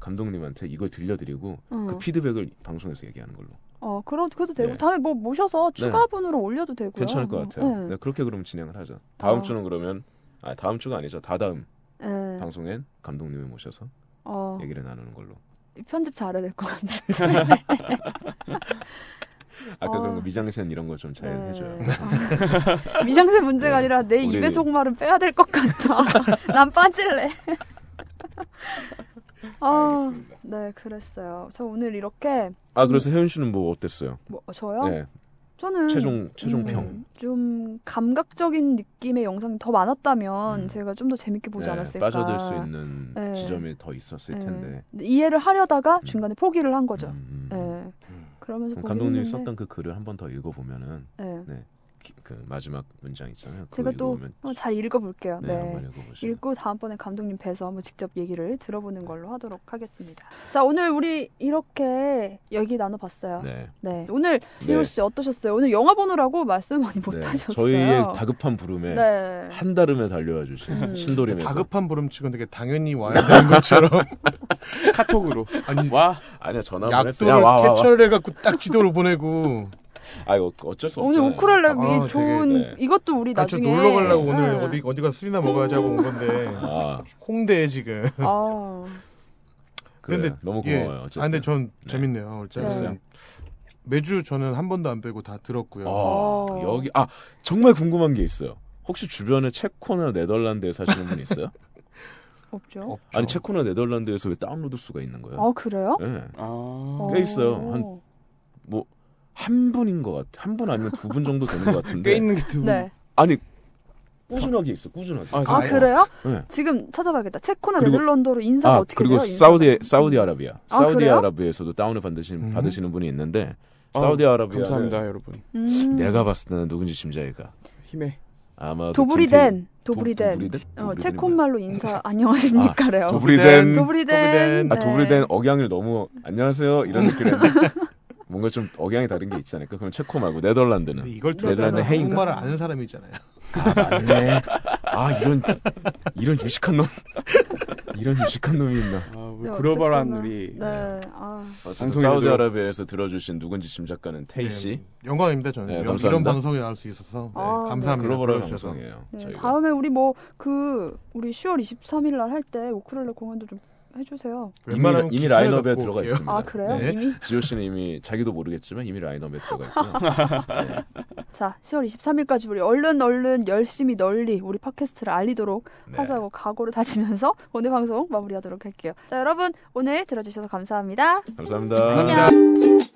S2: 감독님한테 이걸 들려드리고
S1: 어.
S2: 그 피드백을 방송에서 얘기하는 걸로
S1: 어 그럼 그래도 되고
S2: 네.
S1: 다음에 뭐 모셔서 추가분으로 올려도 되고요.
S2: 괜찮을 것 같아요.
S1: 네.
S2: 네, 그렇게 그럼 진행을 하죠. 다음
S1: 아.
S2: 주는 그러면 아 다음 주가 아니죠. 다다음
S1: 네.
S2: 방송엔 감독님을 모셔서
S1: 어
S2: 얘기를 나누는 걸로.
S1: 편집 잘해야 될 것 같은데.
S2: 아까
S1: 어. 네.
S2: 그런 거 미장센 이런 거 좀 자연해줘요.
S1: 아. 미장센 문제가
S2: 네.
S1: 아니라 내
S2: 우리-
S1: 입의 속말은 빼야 될 것 같다. 난 빠질래. 아,
S2: 알겠습니다.
S1: 네, 그랬어요. 저 오늘 이렇게
S2: 아 그래서 혜윤 씨는 뭐 어땠어요?
S1: 뭐 저요?
S2: 네,
S1: 저는
S2: 최종 최종 평.
S1: 음, 좀 감각적인 느낌의 영상이 더 많았다면
S2: 음.
S1: 제가 좀 더 재밌게 보지
S2: 네,
S1: 않았을까.
S2: 빠져들 수 있는
S1: 네.
S2: 지점이 더 있었을
S1: 네.
S2: 텐데.
S1: 근데 이해를 하려다가 중간에 포기를 한 거죠.
S2: 음, 음.
S1: 네. 그러면서 보긴
S2: 그럼 감독님이
S1: 했는데,
S2: 썼던 그 글을 한 번 더 읽어보면은
S1: 네.
S2: 기- 그 마지막 문장 있잖아요. 그거
S1: 제가 또
S2: 읽어보면
S1: 한번 잘 읽어볼게요.
S2: 네,
S1: 네.
S2: 한번 읽어보시죠.
S1: 읽고 다음번에 감독님 뵈서 한번 직접 얘기를 들어보는 걸로 하도록 하겠습니다. 자, 오늘 우리 이렇게 얘기 나눠봤어요. 네.
S2: 네.
S1: 오늘 지호
S2: 네.
S1: 씨 어떠셨어요? 오늘 영화 보느라고 말씀 많이 못
S2: 네,
S1: 하셨어요.
S2: 저희의 다급한 부름에
S1: 네.
S2: 한 달음에 달려와 주신
S1: 음.
S2: 신도림에서
S4: 다급한 부름치고 되게 당연히 와야 되는 것처럼
S3: 카톡으로
S4: 아니
S3: 와
S2: 아니야 전화 한번 했어.
S4: 약도를
S2: 야, 와, 와, 와.
S4: 캡처를 해갖고 딱 지도를 보내고
S2: 아 이거 어쩔 수
S1: 오늘
S2: 없잖아요.
S1: 우크렐레
S4: 아, 되게,
S1: 좋은
S2: 네.
S1: 이것도 우리
S4: 아, 저
S1: 나중에
S4: 놀러 가려고 오늘
S1: 네.
S4: 어디 어디가 술이나 먹어야지 하고 온 건데
S2: 아
S4: 홍대에 지금.
S1: 아,
S2: 그래요.
S4: 근데
S2: 너무
S4: 예.
S2: 고마워요. 어쨌든.
S4: 아 근데 전
S2: 네.
S4: 재밌네요. 어쨌든
S1: 재밌어요?
S4: 매주 저는 한 번도 안 빼고 다 들었고요.
S2: 아,
S1: 어.
S2: 여기 아 정말 궁금한 게 있어요. 혹시 주변에 체코나 네덜란드에 사시는 분 있어요?
S1: 없죠.
S4: 없죠.
S2: 아니 체코나 네덜란드에서 왜 다운로드 수가 있는 거예요?
S1: 아, 그래요?
S2: 예.
S3: 아
S2: 꽤 있어요. 한-
S1: 어.
S2: 한 분인 것 같아. 한 분 아니면 두 분 정도 되는 것 같은데.
S3: 꽤 있는 게두 분.
S1: 네.
S2: 아니 꾸준하게 있어. 꾸준하게.
S3: 아,
S1: 아,
S3: 네.
S1: 그래요?
S2: 네.
S1: 지금 찾아봐야겠다. 체코나
S2: 그리고-
S1: 네덜란드로 인사가
S2: 아
S1: 어떻게
S2: 그리고
S1: 돼요? 인사가?
S2: 사우디 사우디아라비아.
S1: 아, 그래요?
S2: 사우디아라비아에서도 다운을 받으시는
S4: 음.
S2: 받으시는 분이 있는데
S3: 아,
S2: 사우디아라비아.
S3: 감사합니다 여러분
S1: 음.
S2: 내가 봤을 때는 누군지 짐작이가.
S3: 힘에
S2: 아마
S1: 도브리덴, 도브리덴. 어,
S2: 도브리덴. 도브리덴. 아,
S1: 체콘말로 인사 안녕하십니까래요. 도브리덴.
S2: 도브리덴.
S4: 도브리덴.
S2: 아,
S1: 네.
S2: 도브리덴 억양을 너무 안녕하세요 이런 느낌인데 뭔가 좀 억양이 다른 게 있지 않을까? 그럼 체코 말고
S4: 근데
S2: 네덜란드는
S4: 이걸
S2: 네덜란드
S4: 들었다는
S2: 해인가?
S4: 한국말을 아는 사람이잖아요.
S2: 아 맞네. 아 이런 이런 유식한 놈 이런 유식한 놈이 있나?
S3: 아,
S1: 네,
S3: 우리 글로벌한
S1: 어쨌거나.
S3: 우리
S1: 네. 아,
S2: 어쨌든
S3: 방송에도-
S2: 사우디아라비아에서 들어주신 누군지 짐작가는 테이 씨
S4: 네, 영광입니다. 저는
S2: 네,
S4: 이런,
S2: 감사합니다.
S4: 이런 방송에 나올 수 있어서
S1: 아,
S4: 네, 감사합니다.
S2: 글로벌한
S4: 불러주셔서.
S2: 방송이에요.
S1: 네.
S2: 저희가
S1: 다음에 우리 뭐 그 우리 10월 23일 날 할 때 우크렐레 공연도 좀 해주세요.
S2: 이미,
S4: 웬만하면
S2: 이미
S4: 기타를
S2: 라인업에
S4: 갖고
S2: 들어가
S4: 올게요.
S2: 있습니다.
S1: 아 그래요?
S4: 네.
S1: 이미?
S2: 지호 씨는 이미 자기도 모르겠지만 이미 라인업에 들어가 있고요.
S1: 자 10월 23일까지 우리 얼른 얼른 열심히 널리 우리 팟캐스트를 알리도록
S2: 네.
S1: 하자고 각오를 다지면서 오늘 방송 마무리하도록 할게요. 자 여러분 오늘 들어주셔서 감사합니다.
S2: 감사합니다.
S1: 안녕.